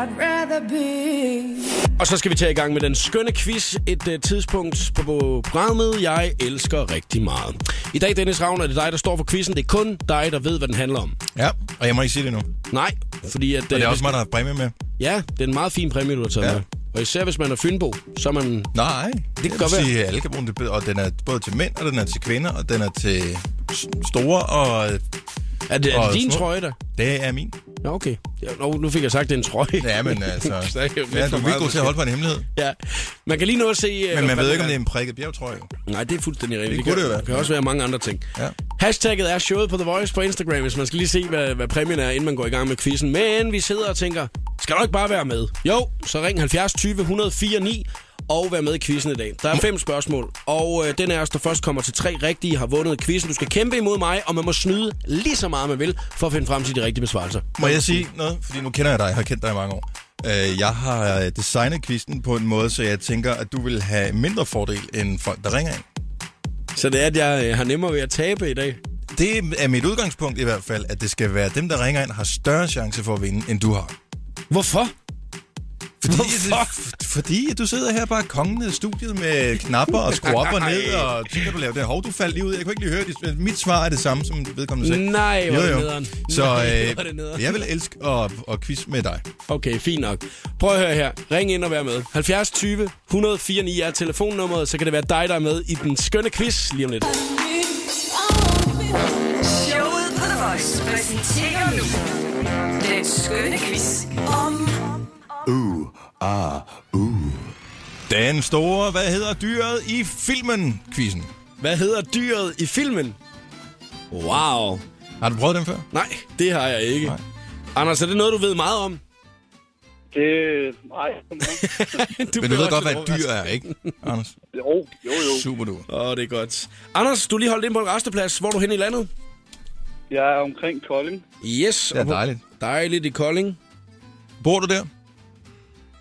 Speaker 1: Og så skal vi tage i gang med den skønne quiz. Et øh, tidspunkt på- på programmet, jeg elsker rigtig meget. I dag, Dennis Ravn, er det dig, der står for quizzen. Det er kun dig, der ved, hvad den handler om.
Speaker 2: Ja, og jeg må ikke sige det nu. Og
Speaker 1: Nej, fordi at...
Speaker 2: det er
Speaker 1: øh,
Speaker 2: også mig, der har præmie med.
Speaker 1: Ja, det er en meget fin præmie, du har taget ja.
Speaker 2: Ja.
Speaker 1: med. Og især hvis man er Fynbo, så er man...
Speaker 2: Nej, det
Speaker 1: kan godt være.
Speaker 2: sige, at alle kan bruge den. Det er- Og den er både til mænd, og den er til kvinder, og den er til s- store, og
Speaker 1: Er det, er det
Speaker 2: Og
Speaker 1: din
Speaker 2: små.
Speaker 1: trøje, der?
Speaker 2: det er min.
Speaker 1: Ja, okay. Ja, nå, nu fik jeg sagt, det er en trøje.
Speaker 2: Ja, men altså...
Speaker 1: [laughs] Så er det jo lidt
Speaker 2: ja,
Speaker 1: for
Speaker 2: du er
Speaker 1: meget
Speaker 2: virkelig god til at holde på en hemmelighed.
Speaker 1: Ja. Man kan lige nå at se... øh,
Speaker 2: Men man
Speaker 1: hvad
Speaker 2: ved ikke, om det er en prikket bjerg, tror jeg.
Speaker 1: Nej, det er fuldstændig rigtigt.
Speaker 2: Det kunne det jo
Speaker 1: kan,
Speaker 2: være.
Speaker 1: kan også være mange andre ting.
Speaker 2: Ja.
Speaker 1: Hashtagget er showet på The Voice på Instagram, hvis man skal lige se, hvad, hvad præmien er, inden man går i gang med quizzen. Men vi sidder og tænker, skal du ikke bare være med? Jo, så ring 70 20 104 9 og vær med i quizzen i dag. Der er fem spørgsmål, og øh, den af os, der først kommer til tre rigtige, har vundet quizzen. Du skal kæmpe imod mig, og man må snyde lige så meget, man vil, for at finde frem til de rigtige besvarelser.
Speaker 2: Må jeg sige noget? Fordi nu kender jeg dig, jeg har kendt dig i mange år. Øh, Jeg har øh, designet quizzen på en måde, så jeg tænker, at du vil have mindre fordel end folk, der ringer ind.
Speaker 1: Så det er, at jeg øh, har nemmere ved at tabe i dag.
Speaker 2: Det er mit udgangspunkt i hvert fald, at det skal være at dem, der ringer ind, har større chance for at vinde, end du har.
Speaker 1: Hvorfor?
Speaker 2: Fordi, øh,
Speaker 1: Hvorfor?
Speaker 2: f- fordi at du sidder her bare kongen nede i studiet med knapper og skruer op og ned, og tænker, du laver det. Hov, du faldt lige ud. Jeg kunne ikke lige høre det. Men Mit svar er det samme, som vedkommende sagde.
Speaker 1: Nej, hvor er det
Speaker 2: Jo, jo.
Speaker 1: nederen.
Speaker 2: Så
Speaker 1: Nej, hvor er det nederen.
Speaker 2: øh, jeg vil elske at, at quiz med dig.
Speaker 1: Okay, fint nok. Prøv at høre her. Ring ind og vær med. 70 20 104 9 er telefonnummeret, så kan det være dig, der er med i den skønne quiz lige om lidt.
Speaker 3: Showet på The Voice præsenterer nu den skønne quiz om
Speaker 2: Den store, hvad hedder dyret i filmen? Quizzen.
Speaker 1: Hvad hedder dyret i filmen? Wow.
Speaker 2: Har du prøvet den før?
Speaker 1: Nej, det har jeg ikke. Nej.
Speaker 2: Nej.
Speaker 1: Anders, er det noget, du ved meget om? [laughs]
Speaker 8: Det, nej,
Speaker 1: du
Speaker 2: Men du ved godt, hvad et dyr er, [laughs] ikke, Anders?
Speaker 8: [laughs] jo, jo, jo.
Speaker 2: Super du.
Speaker 1: Åh, oh, det er godt. Anders, du er lige holdt ind på en resteplads. Hvor er du hen i landet?
Speaker 8: Jeg er omkring Kolding.
Speaker 1: Yes.
Speaker 2: Det er
Speaker 1: og på-
Speaker 2: dejligt.
Speaker 1: Dejligt i Kolding.
Speaker 2: Bor du der?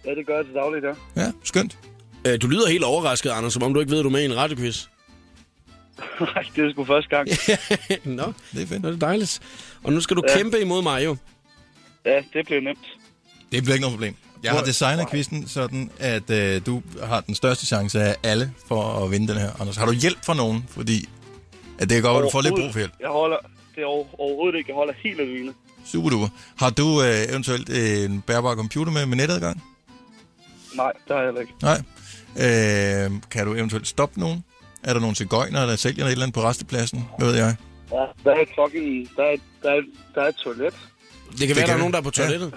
Speaker 8: Ja, det gør jeg til dagligt, [laughs] ja.
Speaker 2: Ja, skønt.
Speaker 1: Øh, Du lyder helt overrasket, Anders, som om du ikke ved, at du er med i en radioquiz. [laughs]
Speaker 8: Nej, det er sgu første gang.
Speaker 1: Nå,
Speaker 2: Det er fedt.
Speaker 1: det er dejligt. Og nu skal du
Speaker 8: Ja.
Speaker 1: kæmpe imod mig, jo.
Speaker 8: Ja, det blev nemt.
Speaker 2: Det bliver ikke noget problem. Jeg har designet quizzen sådan, at øh, du har den største chance af alle for at vinde den her, Anders. Har du hjælp fra nogen? Fordi at det er godt, at du får lidt brug for hjælp.
Speaker 8: Jeg holder, det er over- overhovedet ikke, jeg holder helt alene.
Speaker 2: Super duper. Har du øh, eventuelt øh, en bærbar computer med, med netadgang?
Speaker 8: Nej, det har jeg heller ikke.
Speaker 2: Nej. Øh, kan du eventuelt stoppe nogen? Er der nogen til gøjner, der sælger et eller andet på restepladsen? Hvad ved jeg?
Speaker 8: Ja, der er et fucking, der er, et- der er, der er et toilet.
Speaker 1: Det kan være,
Speaker 2: kan
Speaker 1: der er
Speaker 2: vi.
Speaker 1: nogen, der er på
Speaker 2: Ja.
Speaker 1: toilettet.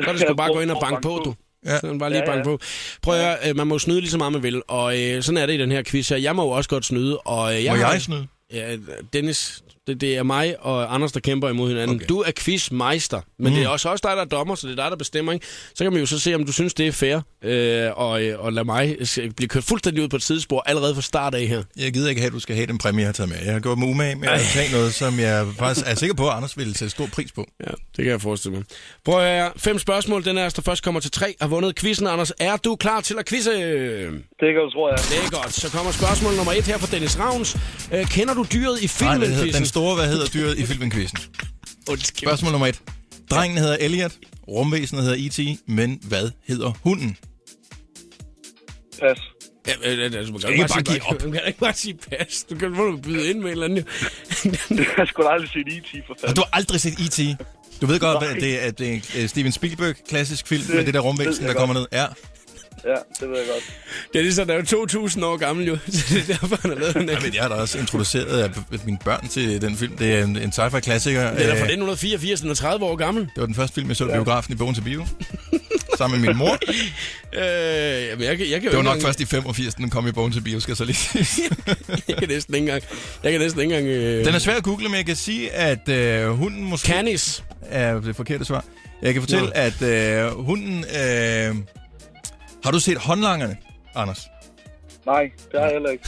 Speaker 1: Så er det sgu
Speaker 8: Ja,
Speaker 1: bare
Speaker 8: prøv-
Speaker 1: gå ind og
Speaker 8: prøv at
Speaker 1: banke på,
Speaker 8: banke
Speaker 1: du.
Speaker 2: Ja.
Speaker 1: Sådan bare lige
Speaker 8: Ja, ja.
Speaker 1: banke på. Prøv at høre, øh, man må jo snyde lige så meget, man vil. Og øh, sådan er det i den her quiz her. Jeg må jo også godt snyde. Og, øh,
Speaker 2: Må
Speaker 1: har-
Speaker 2: jeg snyde?
Speaker 1: Ja, Dennis, det, det er mig og Anders, der kæmper imod hinanden. Okay.
Speaker 2: Okay.
Speaker 1: Du er quizmeister, men mm. det er også, også dig, der er dommer, så det er dig, der bestemmer. Ikke? Så kan man jo så se, om du synes, det er fair, øh, og, øh, og lade mig øh, blive kørt fuldstændig ud på et sidespor allerede fra start af her.
Speaker 2: Jeg gider ikke have, at du skal have den præmie, jeg har taget med. Jeg har gået med umage med at tage noget, som jeg faktisk er sikker på, at Anders ville sætte stor pris på.
Speaker 1: Ja, det kan jeg forestille mig. Prøv at høre, fem spørgsmål. Den er, altså, der først kommer til tre, har vundet quizzen, Anders. Er du klar til at quizze?
Speaker 8: Det kan du tro, jeg.
Speaker 1: Det er godt. Så kommer spørgsmål nummer et her fra Dennis Ravns. Øh, kender du dyret i
Speaker 2: Nej,
Speaker 1: filmen?
Speaker 2: hvad hedder, den store, hvad hedder dyret i filmen
Speaker 8: [laughs]
Speaker 2: Quizzen?
Speaker 1: Undskyld.
Speaker 2: Spørgsmål nummer et. Drengen hedder Elliot, rumvæsenet hedder E.T., men hvad hedder hunden?
Speaker 8: Pas. [laughs]
Speaker 1: Ja, øh, øh, altså, man kan
Speaker 2: ikke
Speaker 1: jo sige-
Speaker 2: bare give op.
Speaker 1: Man kan ikke bare sige pas. Du kan må du byde ind med et eller andet.
Speaker 8: Jeg har sgu da aldrig set E.T. for
Speaker 2: Og
Speaker 8: fanden.
Speaker 2: du har aldrig set E.T. Du ved godt,
Speaker 8: Nej.
Speaker 2: at det er, det er en Steven Spielberg-klassisk film
Speaker 8: Det
Speaker 2: med det der
Speaker 8: ved
Speaker 2: rumvæsen,
Speaker 8: jeg
Speaker 2: der
Speaker 8: godt.
Speaker 2: kommer ned. Ja.
Speaker 8: Ja, det ved jeg godt.
Speaker 1: Ja, [laughs] det er sådan, der er jo 2.000 år gammel jo, [laughs] så det er derfor, han har lavet den der.
Speaker 2: Jeg, ved, jeg har da også introduceret øh, mine børn til den film. Det er en, en sci-fi-klassiker.
Speaker 1: Den er
Speaker 2: Øh,
Speaker 1: fra 1984, den er 30 år gammel.
Speaker 2: Det var den første film, jeg så i biografen i Bogen til Bio. Sammen med min mor.
Speaker 1: Øh, jamen, jeg, kan- jeg kan jo
Speaker 2: Det var
Speaker 1: ikke
Speaker 2: nok
Speaker 1: [laughs] engang-
Speaker 2: først i 85, den kom i Bogen til Bio, skal jeg så lige sige.
Speaker 1: [laughs] jeg kan næsten ikke engang... Jeg kan næsten ikke engang... Øh,
Speaker 2: Den er svær at google, men jeg kan sige, at øh, hunden måske
Speaker 1: Canis.
Speaker 2: er det forkerte svar. Jeg kan fortælle,
Speaker 1: Nå.
Speaker 2: at øh, hunden... Øh, har du set Håndlangerne, Anders?
Speaker 8: Nej, det har jeg heller ikke.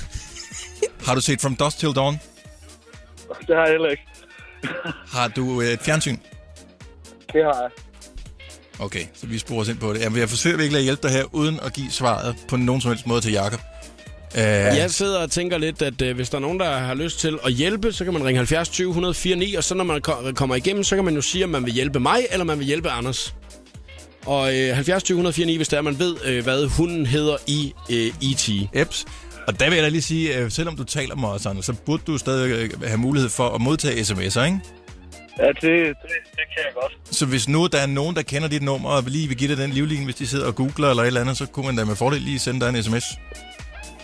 Speaker 2: Har du set From Dusk Till Dawn?
Speaker 8: Det har jeg heller ikke.
Speaker 2: Har du øh, et fjernsyn?
Speaker 8: Det har jeg.
Speaker 2: Okay, så vi sporer os ind på det. Jamen, jeg forsøger virkelig at hjælpe dig her, uden at give svaret på nogen som helst måde til Jakob. Øh,
Speaker 1: Jeg sidder og tænker lidt, at øh, hvis der er nogen, der har lyst til at hjælpe, så kan man ringe 70 20 104 9, og så når man ko- kommer igennem, så kan man jo sige, om man vil hjælpe mig, eller man vil hjælpe Anders. Og øh, 70 20 104 9, hvis der er, man ved, øh, hvad hunden hedder i øh, E.T.
Speaker 2: apps. Og der vil jeg da lige sige, at selvom du taler med os, Anders, så burde du stadig øh, have mulighed for at modtage sms'er, ikke?
Speaker 8: Ja, det, det, det kan jeg godt.
Speaker 2: Så hvis nu der er nogen, der kender dit nummer, og lige vil give dig den livlinje, hvis de sidder og googler eller et eller andet, så kunne man da med fordel lige sende dig en sms.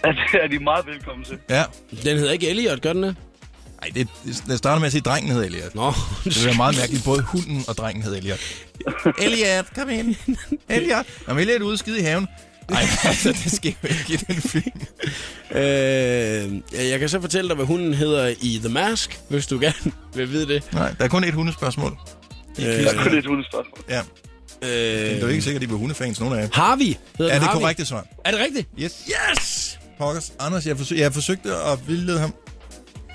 Speaker 8: Ja, det er de meget velkommen til.
Speaker 2: Ja.
Speaker 1: Den hedder ikke Elliot, gør den det?
Speaker 2: Ej, det, det- jeg starter med at sige, at drengen hedder Elliot.
Speaker 1: Nå, [laughs]
Speaker 2: Det ville være meget mærkeligt. Både hunden og drengen hedder Elliot. Elliot, kom ind. Elliot. Jamen, Elliot er ude og skide i haven. Nej, [laughs] altså, det sker jo ikke i den film.
Speaker 1: øh, jeg kan så fortælle dig, hvad hunden hedder i The Mask, hvis du gerne [laughs] vil vide det.
Speaker 2: Nej, der er kun et hundespørgsmål.
Speaker 1: Øh,
Speaker 8: Det er kun et hundespørgsmål.
Speaker 2: Ja, det er jo
Speaker 1: øh,
Speaker 2: ikke sikkert, at de bliver hundefans, nogen af jer.
Speaker 1: Harvey hedder den,
Speaker 2: Er det
Speaker 1: Harvey?
Speaker 2: korrekte svar?
Speaker 1: Er det rigtigt?
Speaker 2: Yes.
Speaker 1: Yes!
Speaker 2: Pokkers. Anders, jeg, forsøg, jeg forsøgte at vildlede ham.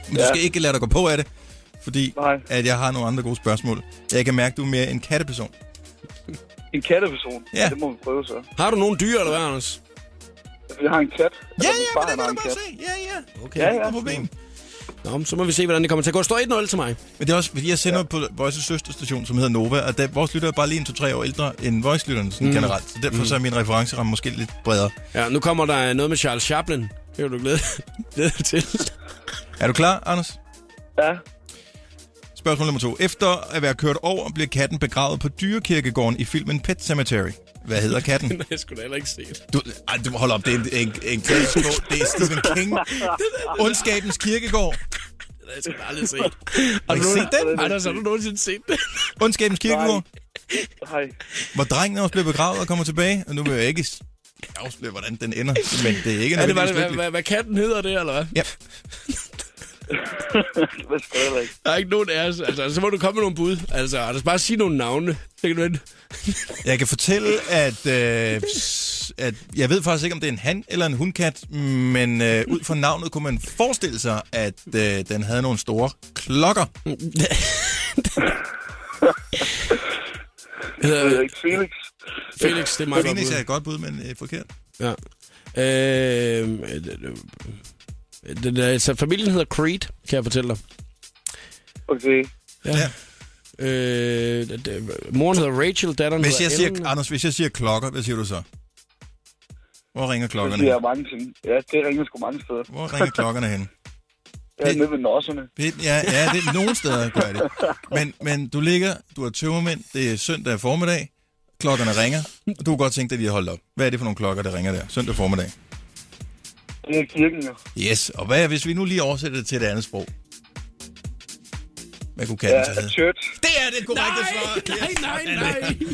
Speaker 2: Men ja. du
Speaker 8: Ja.
Speaker 2: skal ikke lade dig gå på af det, fordi
Speaker 8: Nej.
Speaker 2: at jeg har nogle andre gode spørgsmål. Jeg kan mærke, du er mere en katteperson.
Speaker 8: En katteperson.
Speaker 2: Ja.
Speaker 8: Det må vi prøve så.
Speaker 1: Har du nogle dyr, eller hvad, Anders?
Speaker 8: Jeg har en kat.
Speaker 2: Ja,
Speaker 8: Min
Speaker 2: ja,
Speaker 8: far,
Speaker 2: men det
Speaker 8: han
Speaker 2: må
Speaker 8: har
Speaker 2: du
Speaker 8: en
Speaker 2: bare
Speaker 8: kat.
Speaker 2: se. Ja, ja. Okay.
Speaker 8: Ja,
Speaker 2: Ja,
Speaker 8: ja.
Speaker 2: ja. problem.
Speaker 1: Nå, men så må vi se, hvordan det kommer til at gå. Står 1-0 til mig.
Speaker 2: Men det er også, fordi jeg sender ja. på Voice's søsterstation, som hedder Nova, og der, vores lytter er bare lige en 2-3 år ældre end Voice-lytterne sådan mm. generelt. Så derfor mm. så er min referenceramme måske lidt bredere.
Speaker 1: Ja, nu kommer der noget med Charles Chaplin. Det vil du glæde, [laughs] glæde dig til.
Speaker 2: Er du klar, Anders?
Speaker 8: Ja.
Speaker 2: Spørgsmål nummer to. Efter at være kørt over, bliver katten begravet på dyrekirkegården i filmen Pet Cemetery. Hvad hedder katten?
Speaker 1: Nej, jeg skulle da heller ikke se det.
Speaker 2: Du, ej, du hold op, det er en, en, en klassisk bog. Det er Stephen King. Ondskabens kirkegård.
Speaker 1: Det har jeg sgu da aldrig set. [laughs] Har
Speaker 2: Har
Speaker 1: du
Speaker 2: I set den?
Speaker 1: Anders, har du nogensinde set det?
Speaker 2: Ondskabens kirkegård,
Speaker 8: Hej.
Speaker 2: hvor drengen også bliver begravet og kommer tilbage. Og nu vil jeg ikke s- afsløre, hvordan den ender, men det er ikke
Speaker 1: Ja, det var det.
Speaker 2: nødvendigvis
Speaker 1: Hvad,
Speaker 2: lykkeligt.
Speaker 1: hvad, hvad katten hedder det, eller hvad?
Speaker 2: Ja.
Speaker 8: Det ved jeg sgu heller ikke.
Speaker 1: Der er ikke nogen af os. Altså, så må du komme med nogle bud. Altså, Anders, bare sige nogle navne. Det kan du ikke.
Speaker 2: Jeg kan fortælle, at, øh, s- at jeg ved faktisk ikke, om det er en han eller en hundkat, men øh, ud fra navnet kunne man forestille sig, at øh, den havde nogle store klokker.
Speaker 8: Det ved
Speaker 1: hedder
Speaker 8: jeg ikke. Felix.
Speaker 1: Felix, det er meget godt
Speaker 2: Phoenix er
Speaker 1: bud.
Speaker 2: et godt bud, men øh, forkert.
Speaker 1: Ja. Øh, den, er- så familien hedder Creed, kan jeg fortælle dig.
Speaker 8: Okay.
Speaker 1: Ja. ja. Øh, d- d- moren hedder Rachel, datteren
Speaker 2: Hvis jeg
Speaker 1: hedder Ellen.
Speaker 2: siger, Anders, hvis jeg siger klokker, hvad siger du så? Hvor ringer
Speaker 8: Det
Speaker 2: klokkerne?
Speaker 8: siger jeg mange ting. Ja, det ringer sgu mange steder.
Speaker 2: Hvor ringer klokkerne hen?
Speaker 8: Jeg er nede ved nosserne.
Speaker 2: Det- Ja, ja det er nogle steder, gør det. Men, men du ligger, du har tømmermænd, det er søndag formiddag, klokkerne ringer, og du kunne godt tænke dig lige at holde op. Hvad er det for nogle klokker, der ringer der? Søndag formiddag.
Speaker 8: Det er kirken jo.
Speaker 2: Yes, og hvad er, hvis vi nu lige oversætter det til et andet sprog? Hvad kunne
Speaker 8: Ja,
Speaker 2: katten så hedde?
Speaker 8: church.
Speaker 2: Det er det korrekte svar!
Speaker 1: Nej, nej, nej.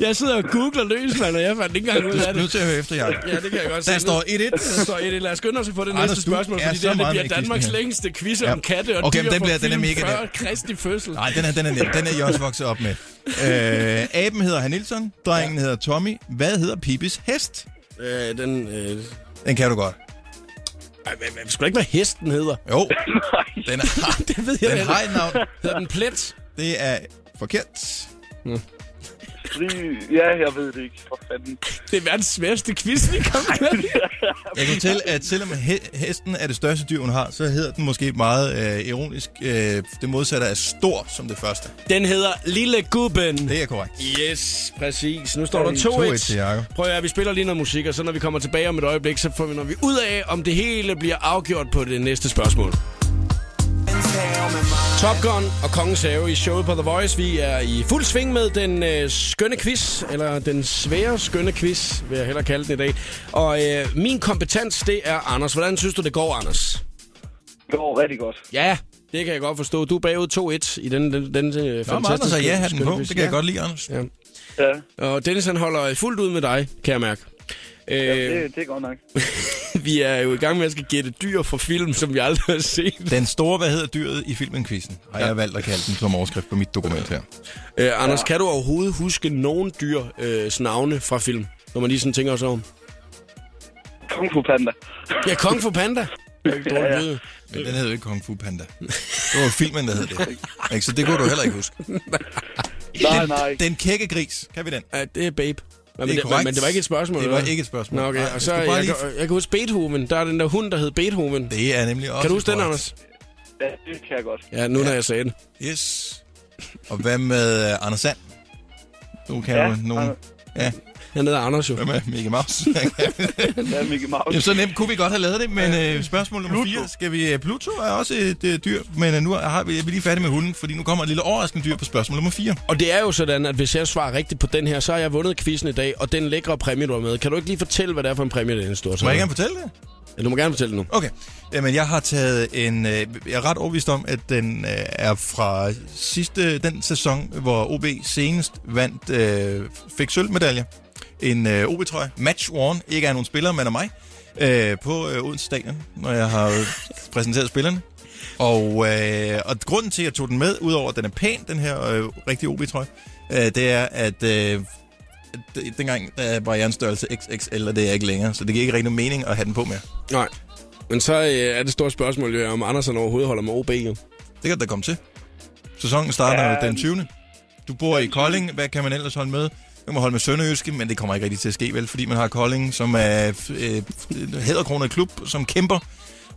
Speaker 1: Jeg sidder og googler løs, mand, og jeg fandt ikke engang ud af
Speaker 2: Du er nødt
Speaker 1: det.
Speaker 2: til at høre efter, Jacob.
Speaker 1: Ja, det kan jeg godt se.
Speaker 2: Der står 1-1.
Speaker 1: Der står et, et. lad os skynde os at få det
Speaker 2: Anders,
Speaker 1: næste
Speaker 2: du
Speaker 1: spørgsmål,
Speaker 2: er
Speaker 1: fordi
Speaker 2: så
Speaker 1: det, her,
Speaker 2: meget
Speaker 1: det
Speaker 2: med i
Speaker 1: bliver
Speaker 2: quizzen
Speaker 1: Danmarks
Speaker 2: her.
Speaker 1: længste quiz om
Speaker 2: Ja.
Speaker 1: katte og
Speaker 2: Okay, men
Speaker 1: dyr
Speaker 2: den
Speaker 1: fra
Speaker 2: bliver- den er
Speaker 1: film
Speaker 2: mega nem.
Speaker 1: før Kristi fødsel.
Speaker 2: Nej, den er, den er nem. Den er jeg også vokset op med. Øh, aben hedder Hanilson, drengen ja. hedder Tommy. Hvad hedder Pipis hest?
Speaker 1: Øh, den... Øh,
Speaker 2: Den kan du godt.
Speaker 1: ej, men- men skulle ikke, hvad hesten hedder?
Speaker 2: Jo, den har,
Speaker 1: [laughs] Det ved [laughs] jeg
Speaker 2: den
Speaker 1: da
Speaker 2: har
Speaker 1: ikke.
Speaker 2: et navn.
Speaker 1: Hedder den plet?
Speaker 2: Det er forkert.
Speaker 8: Fri- Ja, jeg ved det ikke. For fanden.
Speaker 1: Det er verdens sværeste quiz, vi kommer med.
Speaker 2: Jeg kan fortælle, at selvom he- hesten er det største dyr, hun har, så hedder den måske meget øh, ironisk. Øh, det modsatte er stor som det første.
Speaker 1: Den hedder Lille Gubben.
Speaker 2: Det er korrekt.
Speaker 1: Yes, præcis. Nu står der
Speaker 2: 2-1
Speaker 1: 2-1.
Speaker 2: til Jakob.
Speaker 1: Prøv at høre, vi spiller lige noget musik, og så når vi kommer tilbage om et øjeblik, så finder vi ud af, om det hele bliver afgjort på det næste spørgsmål.
Speaker 4: In town,
Speaker 1: Top Gun og Kongens Have i showet på The Voice. Vi er i fuld sving med den øh, skønne quiz, eller den svære skønne quiz, vil jeg hellere kalde den i dag. Og øh, min kompetens, det er Anders. Hvordan synes du, det går, Anders?
Speaker 8: Det går rigtig godt.
Speaker 1: Ja, det kan jeg godt forstå. Du er bagud 2-1 i den, den, den øh,
Speaker 2: Nå, men Anders
Speaker 1: fantastiske
Speaker 2: har ja hatten
Speaker 1: skønne
Speaker 2: på.
Speaker 1: quiz.
Speaker 2: Det kan jeg godt lide, Anders.
Speaker 1: Ja.
Speaker 8: Ja,
Speaker 1: Og Dennis, han holder fuldt ud med dig, kan jeg mærke.
Speaker 2: Øhm.
Speaker 1: Øh,
Speaker 8: det, det er godt nok.
Speaker 1: vi er jo i gang med at skal gætte dyr fra film, som vi aldrig har set.
Speaker 2: Den store, hvad hedder dyret i filmen Quizzen, har jeg valgt at kalde den som overskrift på mit dokument her.
Speaker 1: Øh, Anders, kan du overhovedet huske nogen dyr øh, navne fra film? Når man lige sådan tænker sig om.
Speaker 8: Kung Fu Panda.
Speaker 1: Ja, Kong for Panda. Det er ikke dårligt lyde.
Speaker 2: Men den hed jo ikke Kung Fu Panda. Det var filmen, der hed det. Ikke? Så det kunne du heller ikke huske.
Speaker 8: [laughs]
Speaker 2: [laughs]
Speaker 8: Nej, nej.
Speaker 2: Den kække gris, kan vi den?
Speaker 1: Ja, det er Babe. Men
Speaker 2: Det
Speaker 1: det,
Speaker 2: er
Speaker 1: men,
Speaker 2: korrekt.
Speaker 1: men det var ikke et spørgsmål.
Speaker 2: Det
Speaker 1: eller
Speaker 2: var
Speaker 1: hvad?
Speaker 2: ikke et spørgsmål.
Speaker 1: Nå, okay.
Speaker 2: Nej,
Speaker 1: og så,
Speaker 2: jeg
Speaker 1: jeg,
Speaker 2: skulle bare
Speaker 1: jeg,
Speaker 2: lige-
Speaker 1: kan- jeg kan huske Beethoven. Der er den der hund, der hed Beethoven.
Speaker 2: Det er nemlig også
Speaker 1: Kan du huske den,
Speaker 2: korrekt.
Speaker 1: Anders?
Speaker 8: Ja, det kan jeg godt.
Speaker 1: Ja, nu når jeg sagde den.
Speaker 2: Yes. Og hvad med uh, Anders Sand? Du kan
Speaker 8: Ja,
Speaker 2: jo nogen... Ja,
Speaker 1: Han hedder Anders jo.
Speaker 2: hvad med Mickey Mouse?
Speaker 8: Ja, Mickey Mouse.
Speaker 2: Jamen, så nemt kunne vi godt have lavet det, men øh, spørgsmål nummer 4. Skal vi... øh, Pluto er også et øh, dyr, men øh, nu har vi, er vi lige færdige med hunden, fordi nu kommer et lille overraskende dyr på spørgsmål nummer 4.
Speaker 1: Og det er jo sådan, at hvis jeg svarer rigtigt på den her, så har jeg vundet quizzen i dag, og den lækre præmie, du har med. Kan du ikke lige fortælle, hvad det er for en præmie, det er en stor
Speaker 2: Må jeg gerne fortælle det?
Speaker 1: Ja, du må gerne fortælle det nu.
Speaker 2: Okay. Jamen, jeg har taget en... Øh, jeg er ret overbevist om, at den øh, er fra sidste, den sæson, hvor OB senest vandt, øh, fik sølvmedalje. En øh, OB-trøje. Match worn. Ikke af nogen spillere, men af mig. Øh, på øh, Odense Stadion, når jeg har øh, præsenteret spillerne. Og, øh, og grunden til, at jeg tog den med, udover at den er pæn, den her øh, rigtige OB-trøje, øh, det er, at øh, d- dengang der var jeg en størrelse XXL, og det er jeg ikke længere. Så det giver ikke rigtig nogen mening at have den på mere.
Speaker 1: Nej. Men så øh, er det store spørgsmål jo, om Andersen overhovedet holder med OB. Jo.
Speaker 2: Det kan du da komme til. Sæsonen starter ja, den 20. Du bor i Kolding. Hvad kan man ellers holde med? Man kan holde med Sønderjyske, men det kommer ikke rigtig til at ske, vel? Fordi man har Kolding, som er øh, hæderkronet klub, som kæmper.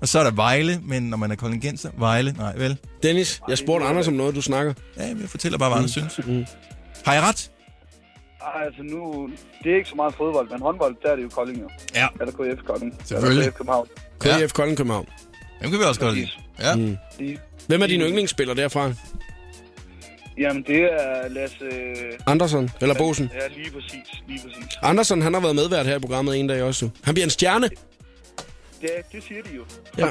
Speaker 2: Og så er der Vejle, men når man er koldingenser, Vejle, nej vel?
Speaker 1: Dennis, jeg spurgte Anders om noget, du snakker.
Speaker 2: Ja, jeg fortæller bare, hvad Anders synes. Har jeg ret?
Speaker 8: Ej, altså nu, det er ikke så meget fodbold, men håndbold, der er det jo Kolding jo.
Speaker 2: Ja.
Speaker 8: Eller KF Kolding.
Speaker 2: Selvfølgelig.
Speaker 8: Eller KF København.
Speaker 1: KF Kolding København.
Speaker 2: Dem kan vi også godt lide. Ja. Mm.
Speaker 8: Lige.
Speaker 1: Hvem er din yndlingsspiller derfra?
Speaker 8: Jamen, det er øh, Lasse...
Speaker 1: Andersen eller Bosen?
Speaker 8: Ja, lige præcis. Lige præcis.
Speaker 1: Andersen, han har været medvært her i programmet en dag også. jo. Han bliver en stjerne.
Speaker 8: Ja, det siger de jo.
Speaker 1: Ja.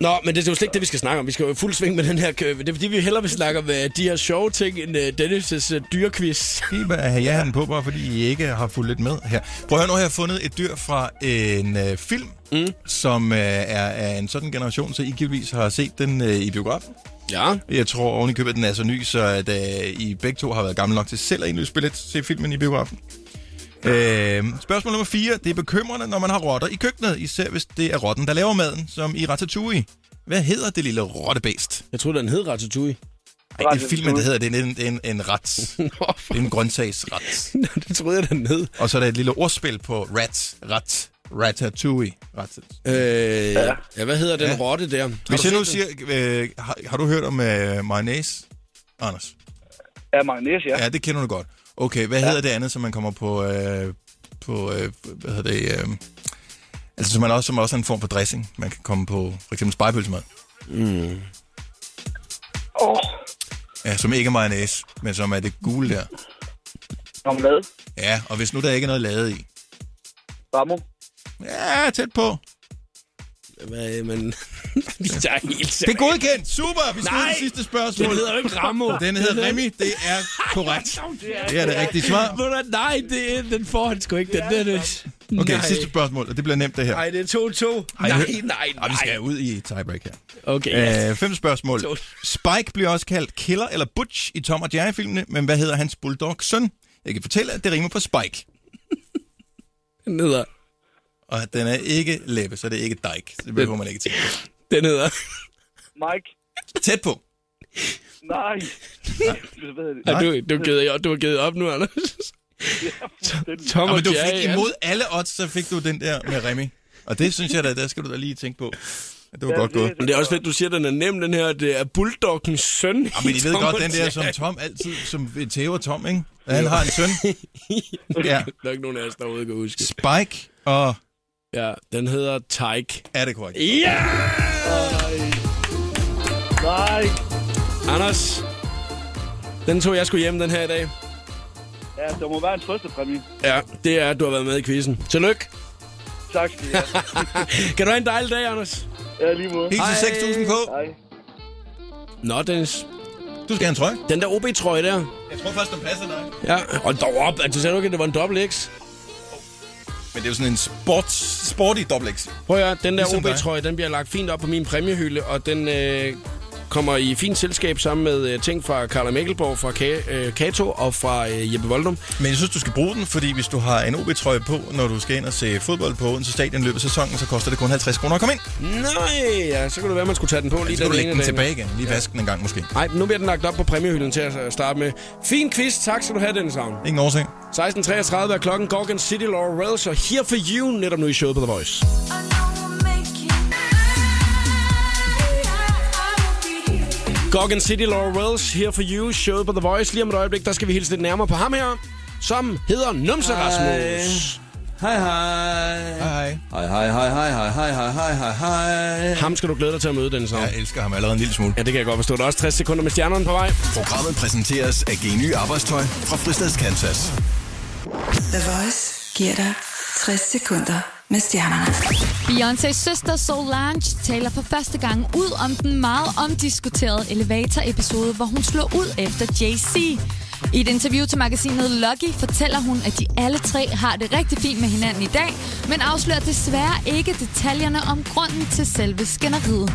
Speaker 1: Nå, men det er jo slet ikke det, vi skal snakke om. Vi skal jo i fuld sving med den her kø. Det er fordi, vi hellere vil snakke om øh, de her sjove ting end øh, Dennis' øh, dyrekvist.
Speaker 2: Skib at have jer på, bare fordi I ikke har fulgt lidt med her. Prøv at høre, nu har jeg fundet et dyr fra en øh, film, mm. som øh, er af en sådan generation, så I givetvis har set den øh, i biografen.
Speaker 1: Ja.
Speaker 2: Jeg tror oven i købet, at den er så ny, så at, øh, I begge to har været gamle nok til selv at indløse billet til filmen i biografen. Øh, spørgsmål nummer 4. Det er bekymrende, når man har rotter i køkkenet, især hvis det er rotten, der laver maden, som i Ratatouille. Hvad hedder det lille rottebæst?
Speaker 1: Jeg troede, den hed [laughs] Ratatouille.
Speaker 2: Ej, i filmen, der hedder det en, en, en, en ret. Det er en grøntsagsret.
Speaker 1: Nå, [laughs] det troede jeg, den hed.
Speaker 2: Og så er der et lille ordspil på rat, rat, ratatouille. Rat.
Speaker 1: Øh, ja. ja, hvad hedder den ja. rotte der? Har
Speaker 2: Hvis
Speaker 1: du
Speaker 2: jeg nu
Speaker 1: set
Speaker 2: siger, øh, har, har du hørt om øh, mayonnaise, Anders?
Speaker 8: Ja, Magnæs, ja.
Speaker 2: Ja, det kender du godt. Okay, hvad ja. hedder det andet, som man kommer på, øh, på øh, hvad hedder det, øh, altså som, man også, som også er en form for dressing. Man kan komme på for eksempel spejpølsemad.
Speaker 8: Åh, oh,
Speaker 2: Ja, som ikke er mayonnaise, men som er det gule der.
Speaker 8: om hvad?
Speaker 2: Ja, og hvis nu der ikke er noget lavet i.
Speaker 8: Ramo?
Speaker 2: Ja, tæt på.
Speaker 1: den? Hvad, øh, men... [laughs] jeg er helt
Speaker 2: Det er godkendt. Super, vi slutter
Speaker 1: Nej,
Speaker 2: det sidste spørgsmål.
Speaker 1: Den hedder jo ikke Rammo.
Speaker 2: Den hedder Remy, det er korrekt.
Speaker 1: Det er-
Speaker 2: Det er det rigtige svar.
Speaker 1: Ved du hvad, Nej, det, er- den får han sgu ikke. Den, den, den.
Speaker 2: Okay,
Speaker 1: nej.
Speaker 2: sidste spørgsmål, og det bliver nemt det her.
Speaker 1: Nej, det er 2-2. Nej,
Speaker 2: Ej,
Speaker 1: nej,
Speaker 2: det-
Speaker 1: nej.
Speaker 2: Ej, vi skal ud i tiebreak her.
Speaker 1: Okay, ja.
Speaker 2: Øh, fem spørgsmål.
Speaker 1: Sjovt.
Speaker 2: Spike bliver også kaldt Killer eller Butch i Tom og Jerry-filmene, men hvad hedder hans bulldog søn? Jeg kan fortælle, at det rimer på Spike.
Speaker 1: Den hedder...
Speaker 2: Og den er ikke læbe, så det er ikke Dike. Det behøver man ikke tænke på.
Speaker 1: Den hedder...
Speaker 8: Mike?
Speaker 2: Tæt på.
Speaker 8: Nej. Hvad hedder det?
Speaker 1: Ej, du, du, har givet, op- du har givet op nu, Anders. Tom
Speaker 2: Ja,
Speaker 1: og
Speaker 2: men du
Speaker 1: Jerry,
Speaker 2: fik imod alle odds, så fik du den der med Remy. Og det synes jeg da, der skal du da lige tænke på. at Det var godt gået.
Speaker 8: det-
Speaker 1: Men det er også fedt, du siger, at den er nem, den her. Det er Bulldoggens søn.
Speaker 2: Ja, men I ved
Speaker 1: Tom
Speaker 2: godt,
Speaker 1: og
Speaker 2: den der,
Speaker 1: Jerry.
Speaker 2: som Tom altid, som tæver Tom, ikke? Han har en
Speaker 1: [laughs]
Speaker 2: søn. Ja.
Speaker 1: Der er ikke nogen af os, der overhovedet kan huske.
Speaker 2: Spike og...
Speaker 1: Ja, den hedder Tyke.
Speaker 2: Er det korrekt?
Speaker 1: Ja!
Speaker 8: Nej.
Speaker 1: Anders, den tog jeg sgu hjem den her i dag.
Speaker 8: Ja, det må være en trøstepræmie.
Speaker 1: Ja, det er, at du har været med i quizzen. Tillykke.
Speaker 8: Tak skal I have.
Speaker 1: Kan du have en dejlig dag, Anders?
Speaker 8: Ja, lige måde.
Speaker 2: Helt til 6.000 på.
Speaker 8: Hej.
Speaker 1: Nå, Dennis.
Speaker 2: Du skal have en trøje.
Speaker 1: Den der OB-trøje der.
Speaker 2: Jeg tror først, den passer dig.
Speaker 1: Ja, hold dog op. Altså, sagde du ikke, at det var en dobbelt X?
Speaker 2: Men det er jo sådan en sports, sporty dobbelt X.
Speaker 1: Prøv at høre, den der
Speaker 2: Ligesom dig.
Speaker 1: OB-trøje, den bliver lagt fint op på min præmiehylde, og den øh, kommer i fint selskab sammen med øh, ting fra Karla Mikkelborg, fra Ka- øh, Kato og fra øh, Jeppe Voldum.
Speaker 2: Men jeg synes, du skal bruge den, fordi hvis du har en OB-trøje på, når du skal ind og se fodbold på Odense Stadion i løbet af sæsonen, så koster det kun 50 kroner at komme ind.
Speaker 1: Nej, ja, så kunne det være, man skulle tage den på lige
Speaker 2: Så kan du lægge den
Speaker 1: ene dag.
Speaker 2: tilbage igen. Lige vaske den en gang måske.
Speaker 1: Nej, nu bliver den lagt op på præmiehylden til at starte med. Fin quiz, tak skal du have, Dennis Havn.
Speaker 2: Ingen årsag.
Speaker 1: 16.33 er klokken, Gorgon City, Laura Rels og Here For You, netop nu i showet på The Voice. Gorgon City, Laura Rels, Here For You, showet på The Voice. Lige om et øjeblik, der skal vi hilse lidt nærmere på ham her, som hedder Numse Rasmus.
Speaker 5: Hej hej.
Speaker 2: Hej.
Speaker 5: Hej hej hej hej hej hej hej hej hej hej.
Speaker 1: Ham skal du glæde dig til at møde, Dennis Havn.
Speaker 2: Jeg elsker ham allerede en lille smule.
Speaker 1: Ja, det kan jeg godt forstå. Der er også 60 sekunder med stjernerne på vej.
Speaker 6: Programmet præsenteres af Geny Arbejdstøj fra Fristads Kansas.
Speaker 9: The Voice giver dig 60 sekunder med stjernerne.
Speaker 7: Beyoncé's søster Solange taler for første gang ud om den meget omdiskuterede Elevator-episode, hvor hun slår ud efter Jay-Z. I et interview til magasinet Lucky fortæller hun, at de alle tre har det rigtig fint med hinanden i dag, men afslører desværre ikke detaljerne om grunden til selve skænderiet.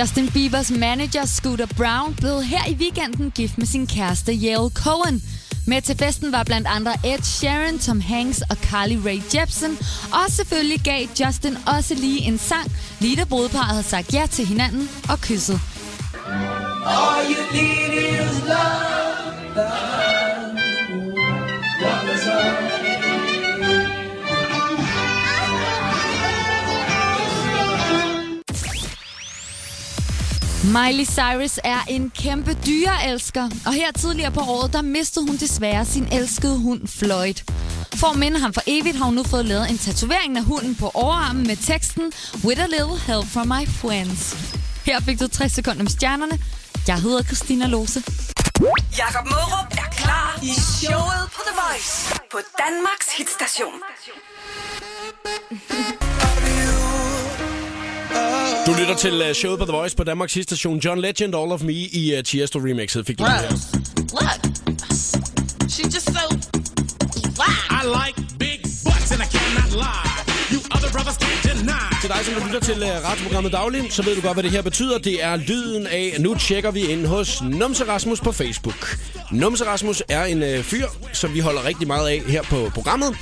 Speaker 7: Justin Biebers manager Scooter Brown blev her i weekenden gift med sin kæreste Yale Cohen. Med til festen var blandt andre Ed Sheeran, Tom Hanks og Carly Rae Jepsen. Og selvfølgelig gav Justin også lige en sang, lige da brudeparret havde sagt ja til hinanden og kysset. Miley Cyrus er en kæmpe dyreelsker, og her tidligere på året, der mistede hun desværre sin elskede hund Floyd. For at minde ham for evigt, har hun nu fået lavet en tatovering af hunden på overarmen med teksten With a little help from my friends. Her fik du 60 sekunder med stjernerne. Jeg hedder Christina Lose.
Speaker 3: Jakob Mørup er klar i showet på The Voice på Danmarks hitstation.
Speaker 1: Du lytter til øh, showet på The Voice på Danmarks station. John Legend, All of Me i uh, Tiesto remixet fik du den her.
Speaker 10: Look, she's just so wow.
Speaker 11: I like big butts, and I cannot lie. You other brothers can't deny.
Speaker 1: Til dig, som du lytter til øh, radioprogrammet dagligt, så ved du godt, hvad det her betyder. Det er lyden af, at nu tjekker vi ind hos Numse Rasmus på Facebook. Numse Rasmus er en øh, fyr, som vi holder rigtig meget af her på programmet.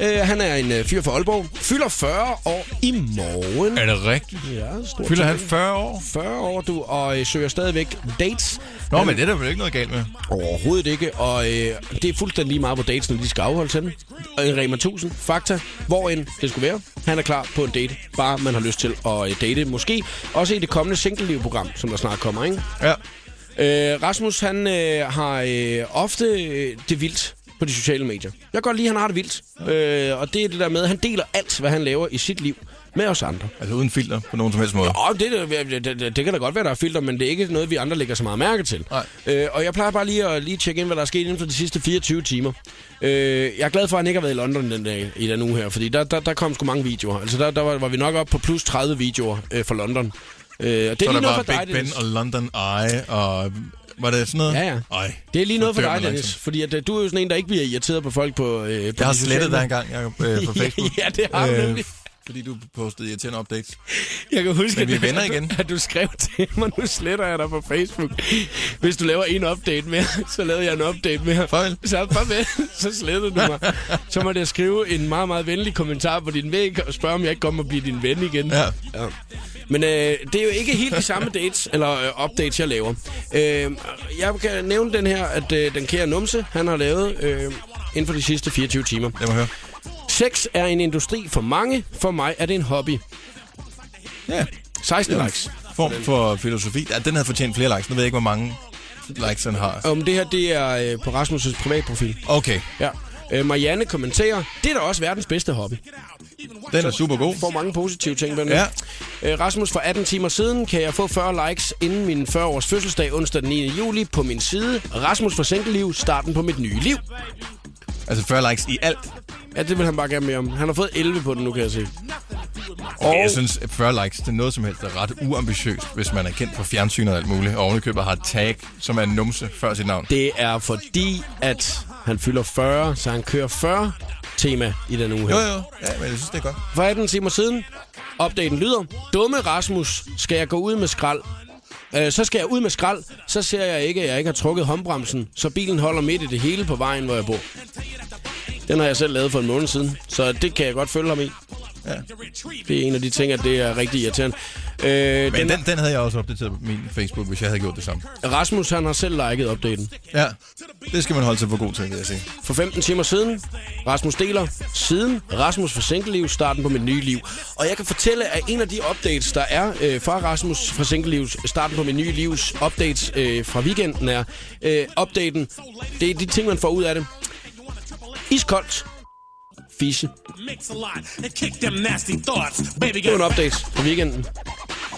Speaker 1: Øh, han er en øh, fyr fra Aalborg, fylder 40 år i morgen.
Speaker 2: Er det rigtigt?
Speaker 1: Ja, stort
Speaker 2: Fylder han
Speaker 1: tillykke.
Speaker 2: 40 år?
Speaker 1: 40 år, du, og øh, søger stadigvæk dates.
Speaker 2: Nå, men det er der vel ikke noget galt med.
Speaker 1: Overhovedet ikke, og øh, det er fuldstændig lige meget, hvor datesene de skal afholdes henne. Og en Rema 1000, Fakta, hvor end det skulle være. Han er klar på en date, bare man har lyst til at øh, date. Måske også i det kommende single-liv-program, som der snart kommer, ikke?
Speaker 2: Ja.
Speaker 1: Øh, Rasmus, han øh, har øh, ofte øh, det vildt på de sociale medier. Jeg kan godt lide, at han har det vildt. Øh, og det er det der med, at han deler alt, hvad han laver i sit liv med os andre.
Speaker 2: Altså uden filter på nogen som helst måde.
Speaker 1: Åh, det, det, det, det, det kan da godt være, der er filter, men det er ikke noget, vi andre lægger så meget mærke til.
Speaker 2: Nej.
Speaker 1: Øh, og jeg plejer bare lige at lige tjekke ind, hvad der er sket inden for de sidste 24 timer. Øh, jeg er glad for, at han ikke har været i London den dag, i den uge her, fordi der, der, der kom sgu mange videoer. Altså, der, der var, var vi nok op på plus 30 videoer øh, fra London. Øh, og det er
Speaker 2: Så er
Speaker 1: lige
Speaker 2: der
Speaker 1: noget
Speaker 2: bare
Speaker 1: for dig,
Speaker 2: Big Ben
Speaker 1: Dennis.
Speaker 2: og London Eye og... Var det sådan noget?
Speaker 1: Ja, ja.
Speaker 2: Ej,
Speaker 1: Det er lige
Speaker 2: så
Speaker 1: noget for
Speaker 2: dør
Speaker 1: dig,
Speaker 2: man
Speaker 1: Dennis,
Speaker 2: langsomt.
Speaker 1: fordi at, øh, du er jo sådan en, der ikke bliver irriteret på folk på... Øh, på
Speaker 2: Jeg har
Speaker 1: de sociale
Speaker 2: slettet dig
Speaker 1: medier.
Speaker 2: engang, Jacob, øh, på Facebook.
Speaker 1: [laughs]
Speaker 2: Øh,
Speaker 1: Ja, det har du nemlig.
Speaker 2: fordi du postede irriterende updates.
Speaker 1: Jeg kan huske,
Speaker 2: Men vi
Speaker 1: at-
Speaker 2: vender
Speaker 1: at du-
Speaker 2: igen.
Speaker 1: [laughs] at du skrev til mig, nu sletter jeg dig på Facebook. Hvis du laver en update mere, [laughs] så lavede jeg en update mere.
Speaker 2: Farvel.
Speaker 1: Så farvel, [laughs] så slettede du mig. Så måtte jeg skrive en meget, meget venlig kommentar på din væg og spørge, om jeg ikke kommer og bliver din ven igen.
Speaker 2: Ja.
Speaker 1: ja. Men øh, det er jo ikke helt de samme dates, eller øh, updates, jeg laver. Øh, jeg kan nævne den her, at øh, den kære numse, han har lavet øh, inden for de sidste 24 timer.
Speaker 2: Lad mig høre.
Speaker 1: Sex er en industri for mange, for mig er det en hobby.
Speaker 2: Ja.
Speaker 1: 16
Speaker 2: Det er
Speaker 1: likes.
Speaker 2: en form for filosofi. Ja, den havde fortjent flere likes. Nu ved jeg ikke, hvor mange likes den har.
Speaker 1: Om det her, det er øh, på Rasmus' privatprofil.
Speaker 2: Okay.
Speaker 1: Ja. Øh, Marianne kommenterer, det er da også verdens bedste hobby.
Speaker 2: Den er super god.
Speaker 1: Får mange positive ting ved den.
Speaker 2: Ja.
Speaker 1: Øh, Rasmus, for 18 timer siden kan jeg få 40 likes inden min 40-års fødselsdag onsdag den 9. juli på min side. Rasmus for single-liv, starten på mit nye liv.
Speaker 2: Altså 40 likes i alt?
Speaker 1: Ja, det vil han bare gerne mere om. Han har fået 11 på den nu, kan jeg se.
Speaker 2: Og... Jeg synes, at 40 likes, det er noget som helst, der er ret uambitiøst, hvis man er kendt fra fjernsyn og alt muligt, og ovenikøbet har et tag, som er en numse før sit navn.
Speaker 1: Det er fordi, at han fylder 40, så han kører 40 tema i den uge her.
Speaker 2: Jo, jo. Ja, men jeg synes, det er godt.
Speaker 1: For 18 timer siden, opdaten lyder, dumme Rasmus, skal jeg gå ud med skrald? Øh, så skal jeg ud med skrald, så ser jeg ikke, at jeg ikke har trukket håndbremsen, så bilen holder midt i det hele på vejen, hvor jeg bor. Den har jeg selv lavet for en måned siden, så det kan jeg godt følge ham i.
Speaker 2: Ja.
Speaker 1: Det er en af de ting, at det er rigtig irriterende. Øh,
Speaker 2: Men den, den havde jeg også opdateret på min Facebook, hvis jeg havde gjort det samme.
Speaker 1: Rasmus, han har selv liket opdaten.
Speaker 2: Ja, det skal man holde sig for god til, vil jeg sige.
Speaker 1: For 15 timer siden, Rasmus deler siden Rasmus for single-liv, starten på mit nye liv. Og jeg kan fortælle, at en af de updates, der er øh, fra Rasmus fra single-liv, starten på mit nye livs updates øh, fra weekenden er, øh, updaten, det er de ting, man får ud af det. Iskoldt. Fise.
Speaker 11: Mix a lot and kick them nasty thoughts. Baby,
Speaker 1: Det var
Speaker 11: get
Speaker 1: en update fra weekenden.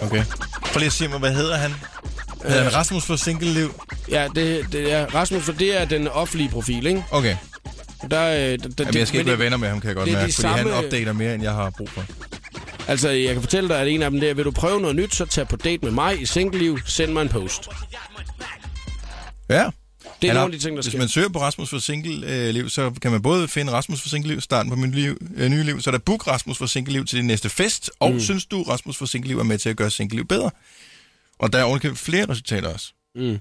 Speaker 2: Okay. Prøv lige at sige mig, hvad hedder han? Hedder
Speaker 1: Øh.
Speaker 2: han Rasmus for single-liv?
Speaker 1: Ja, det, det er Rasmus, for det er den offentlige profil, ikke? Der,
Speaker 2: Okay.
Speaker 1: øh, der, der,
Speaker 2: Jamen, jeg skal ikke være venner med ham, kan jeg godt
Speaker 1: det er
Speaker 2: mærke, fordi
Speaker 1: de
Speaker 2: samme... han
Speaker 1: samme- øh,
Speaker 2: opdater mere, end jeg har brug for.
Speaker 1: Altså, jeg kan fortælle dig, at en af dem der, vil du prøve noget nyt, så tag på date med mig i single-liv, send mig en post.
Speaker 2: Ja.
Speaker 1: Det er
Speaker 2: Han
Speaker 1: nogle
Speaker 2: har-
Speaker 1: af de ting, der
Speaker 2: Hvis
Speaker 1: sker.
Speaker 2: man søger på Rasmus for single-liv, så kan man både finde Rasmus for single-liv, starten på min liv, øh, nye liv, så er der book Rasmus for single-liv til din næste fest, og mm. synes du, Rasmus for single-liv er med til at gøre single-liv bedre? Og der er ordentligt flere resultater
Speaker 1: [laughs]
Speaker 2: også.
Speaker 1: Mm.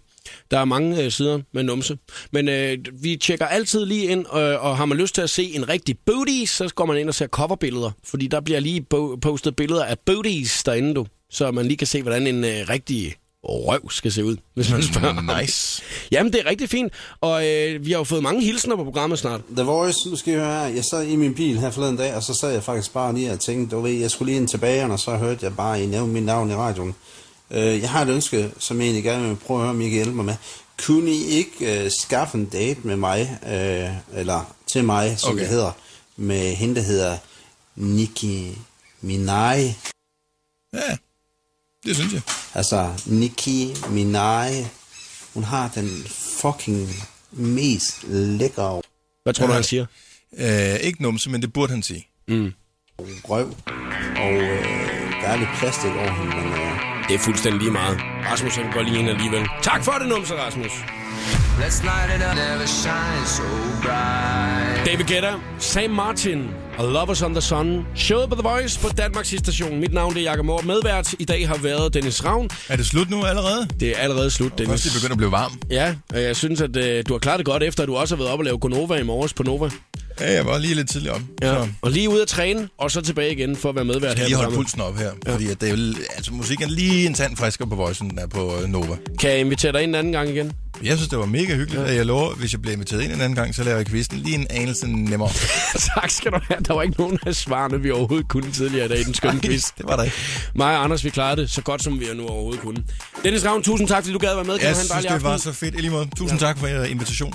Speaker 1: Der er mange øh, sider med numse. Men øh, vi tjekker altid lige ind, øh, og har man lyst til at se en rigtig booty, så går man ind og ser coverbilleder. Fordi der bliver lige bo- postet billeder af booties derinde, du. Så man lige kan se, hvordan en øh, rigtig røv skal se ud, hvis man spørger. om det.
Speaker 2: Nice.
Speaker 1: [laughs] Jamen, det er rigtig fint. Og øh, vi har jo fået mange hilsner på programmet snart.
Speaker 12: The Voice, nu skal I høre her. Jeg sad i min bil her forleden dag, og så sad jeg faktisk bare lige og tænkte, du ved, jeg skulle lige ind tilbage, og så hørte jeg bare, I nævnte mit navn i radioen. Øh, Jeg har et ønske, som jeg egentlig gerne vil prøve at høre, om I kan hjælpe mig med. Kunne I ikke øh, skaffe en date med mig, øh, eller til mig, som
Speaker 2: Okay.
Speaker 12: okay. det hedder, med hende, der hedder Nicki Minaj?
Speaker 2: Ja, det synes jeg.
Speaker 12: Altså, Nicki Minaj, hun har den fucking mest lækre
Speaker 1: Hvad tror du, han siger?
Speaker 2: Øh, ikke numse, men det burde han sige.
Speaker 1: Mm.
Speaker 12: røv, og øh, der er lidt plastik over hende, men øh,
Speaker 1: Det er fuldstændig lige meget. Rasmus, han går lige ind alligevel. Tak for det, numse, Rasmus.
Speaker 13: Let's light it up, never shine so bright.
Speaker 1: David Guetta, Sam Martin og Lovers on the Sun. Showet på The Voice på Danmarks station. Mit navn det er Jakob Mort. Medvært i dag har været Dennis Ravn.
Speaker 2: Er det slut nu allerede?
Speaker 1: Det er allerede slut, Dennis.
Speaker 2: Først det begynder at blive varm.
Speaker 1: Ja, og jeg synes, at øh, du har klaret det godt, efter at du også har været oppe og lave Gonova i morges på Nova.
Speaker 2: Ja, jeg var lige lidt tidligere om.
Speaker 1: Ja.
Speaker 2: Så
Speaker 1: Og lige ud at træne, og så tilbage igen for at være medvært her.
Speaker 2: jeg
Speaker 1: i
Speaker 2: lige holde
Speaker 1: programmet.
Speaker 2: pulsen op her, ja. fordi at det er, jo- altså, musikken er lige en tand friskere på voicen, den er på øh, Nova.
Speaker 1: Kan jeg invitere dig ind en anden gang
Speaker 2: [laughs]
Speaker 1: igen?
Speaker 2: Jeg synes, det var mega hyggeligt, ja. og jeg lover, hvis jeg bliver inviteret ind en anden gang, så laver jeg quizzen lige en anelse nemmere.
Speaker 1: tak skal du have. Der var ikke nogen af svarene, vi overhovedet kunne tidligere i dag i den skønne
Speaker 2: Nej,
Speaker 1: quiz.
Speaker 2: det var der ikke.
Speaker 1: Mig og Anders, vi klarede det så godt, som vi nu overhovedet kunne. Dennis Ravn, tusind tak, fordi du gad at være med. Kan du
Speaker 2: Jeg
Speaker 1: have en
Speaker 2: synes,
Speaker 1: dejlig
Speaker 2: det var
Speaker 1: aften?
Speaker 2: så fedt. I lige måde. Tusind ja. tak for jeres invitation.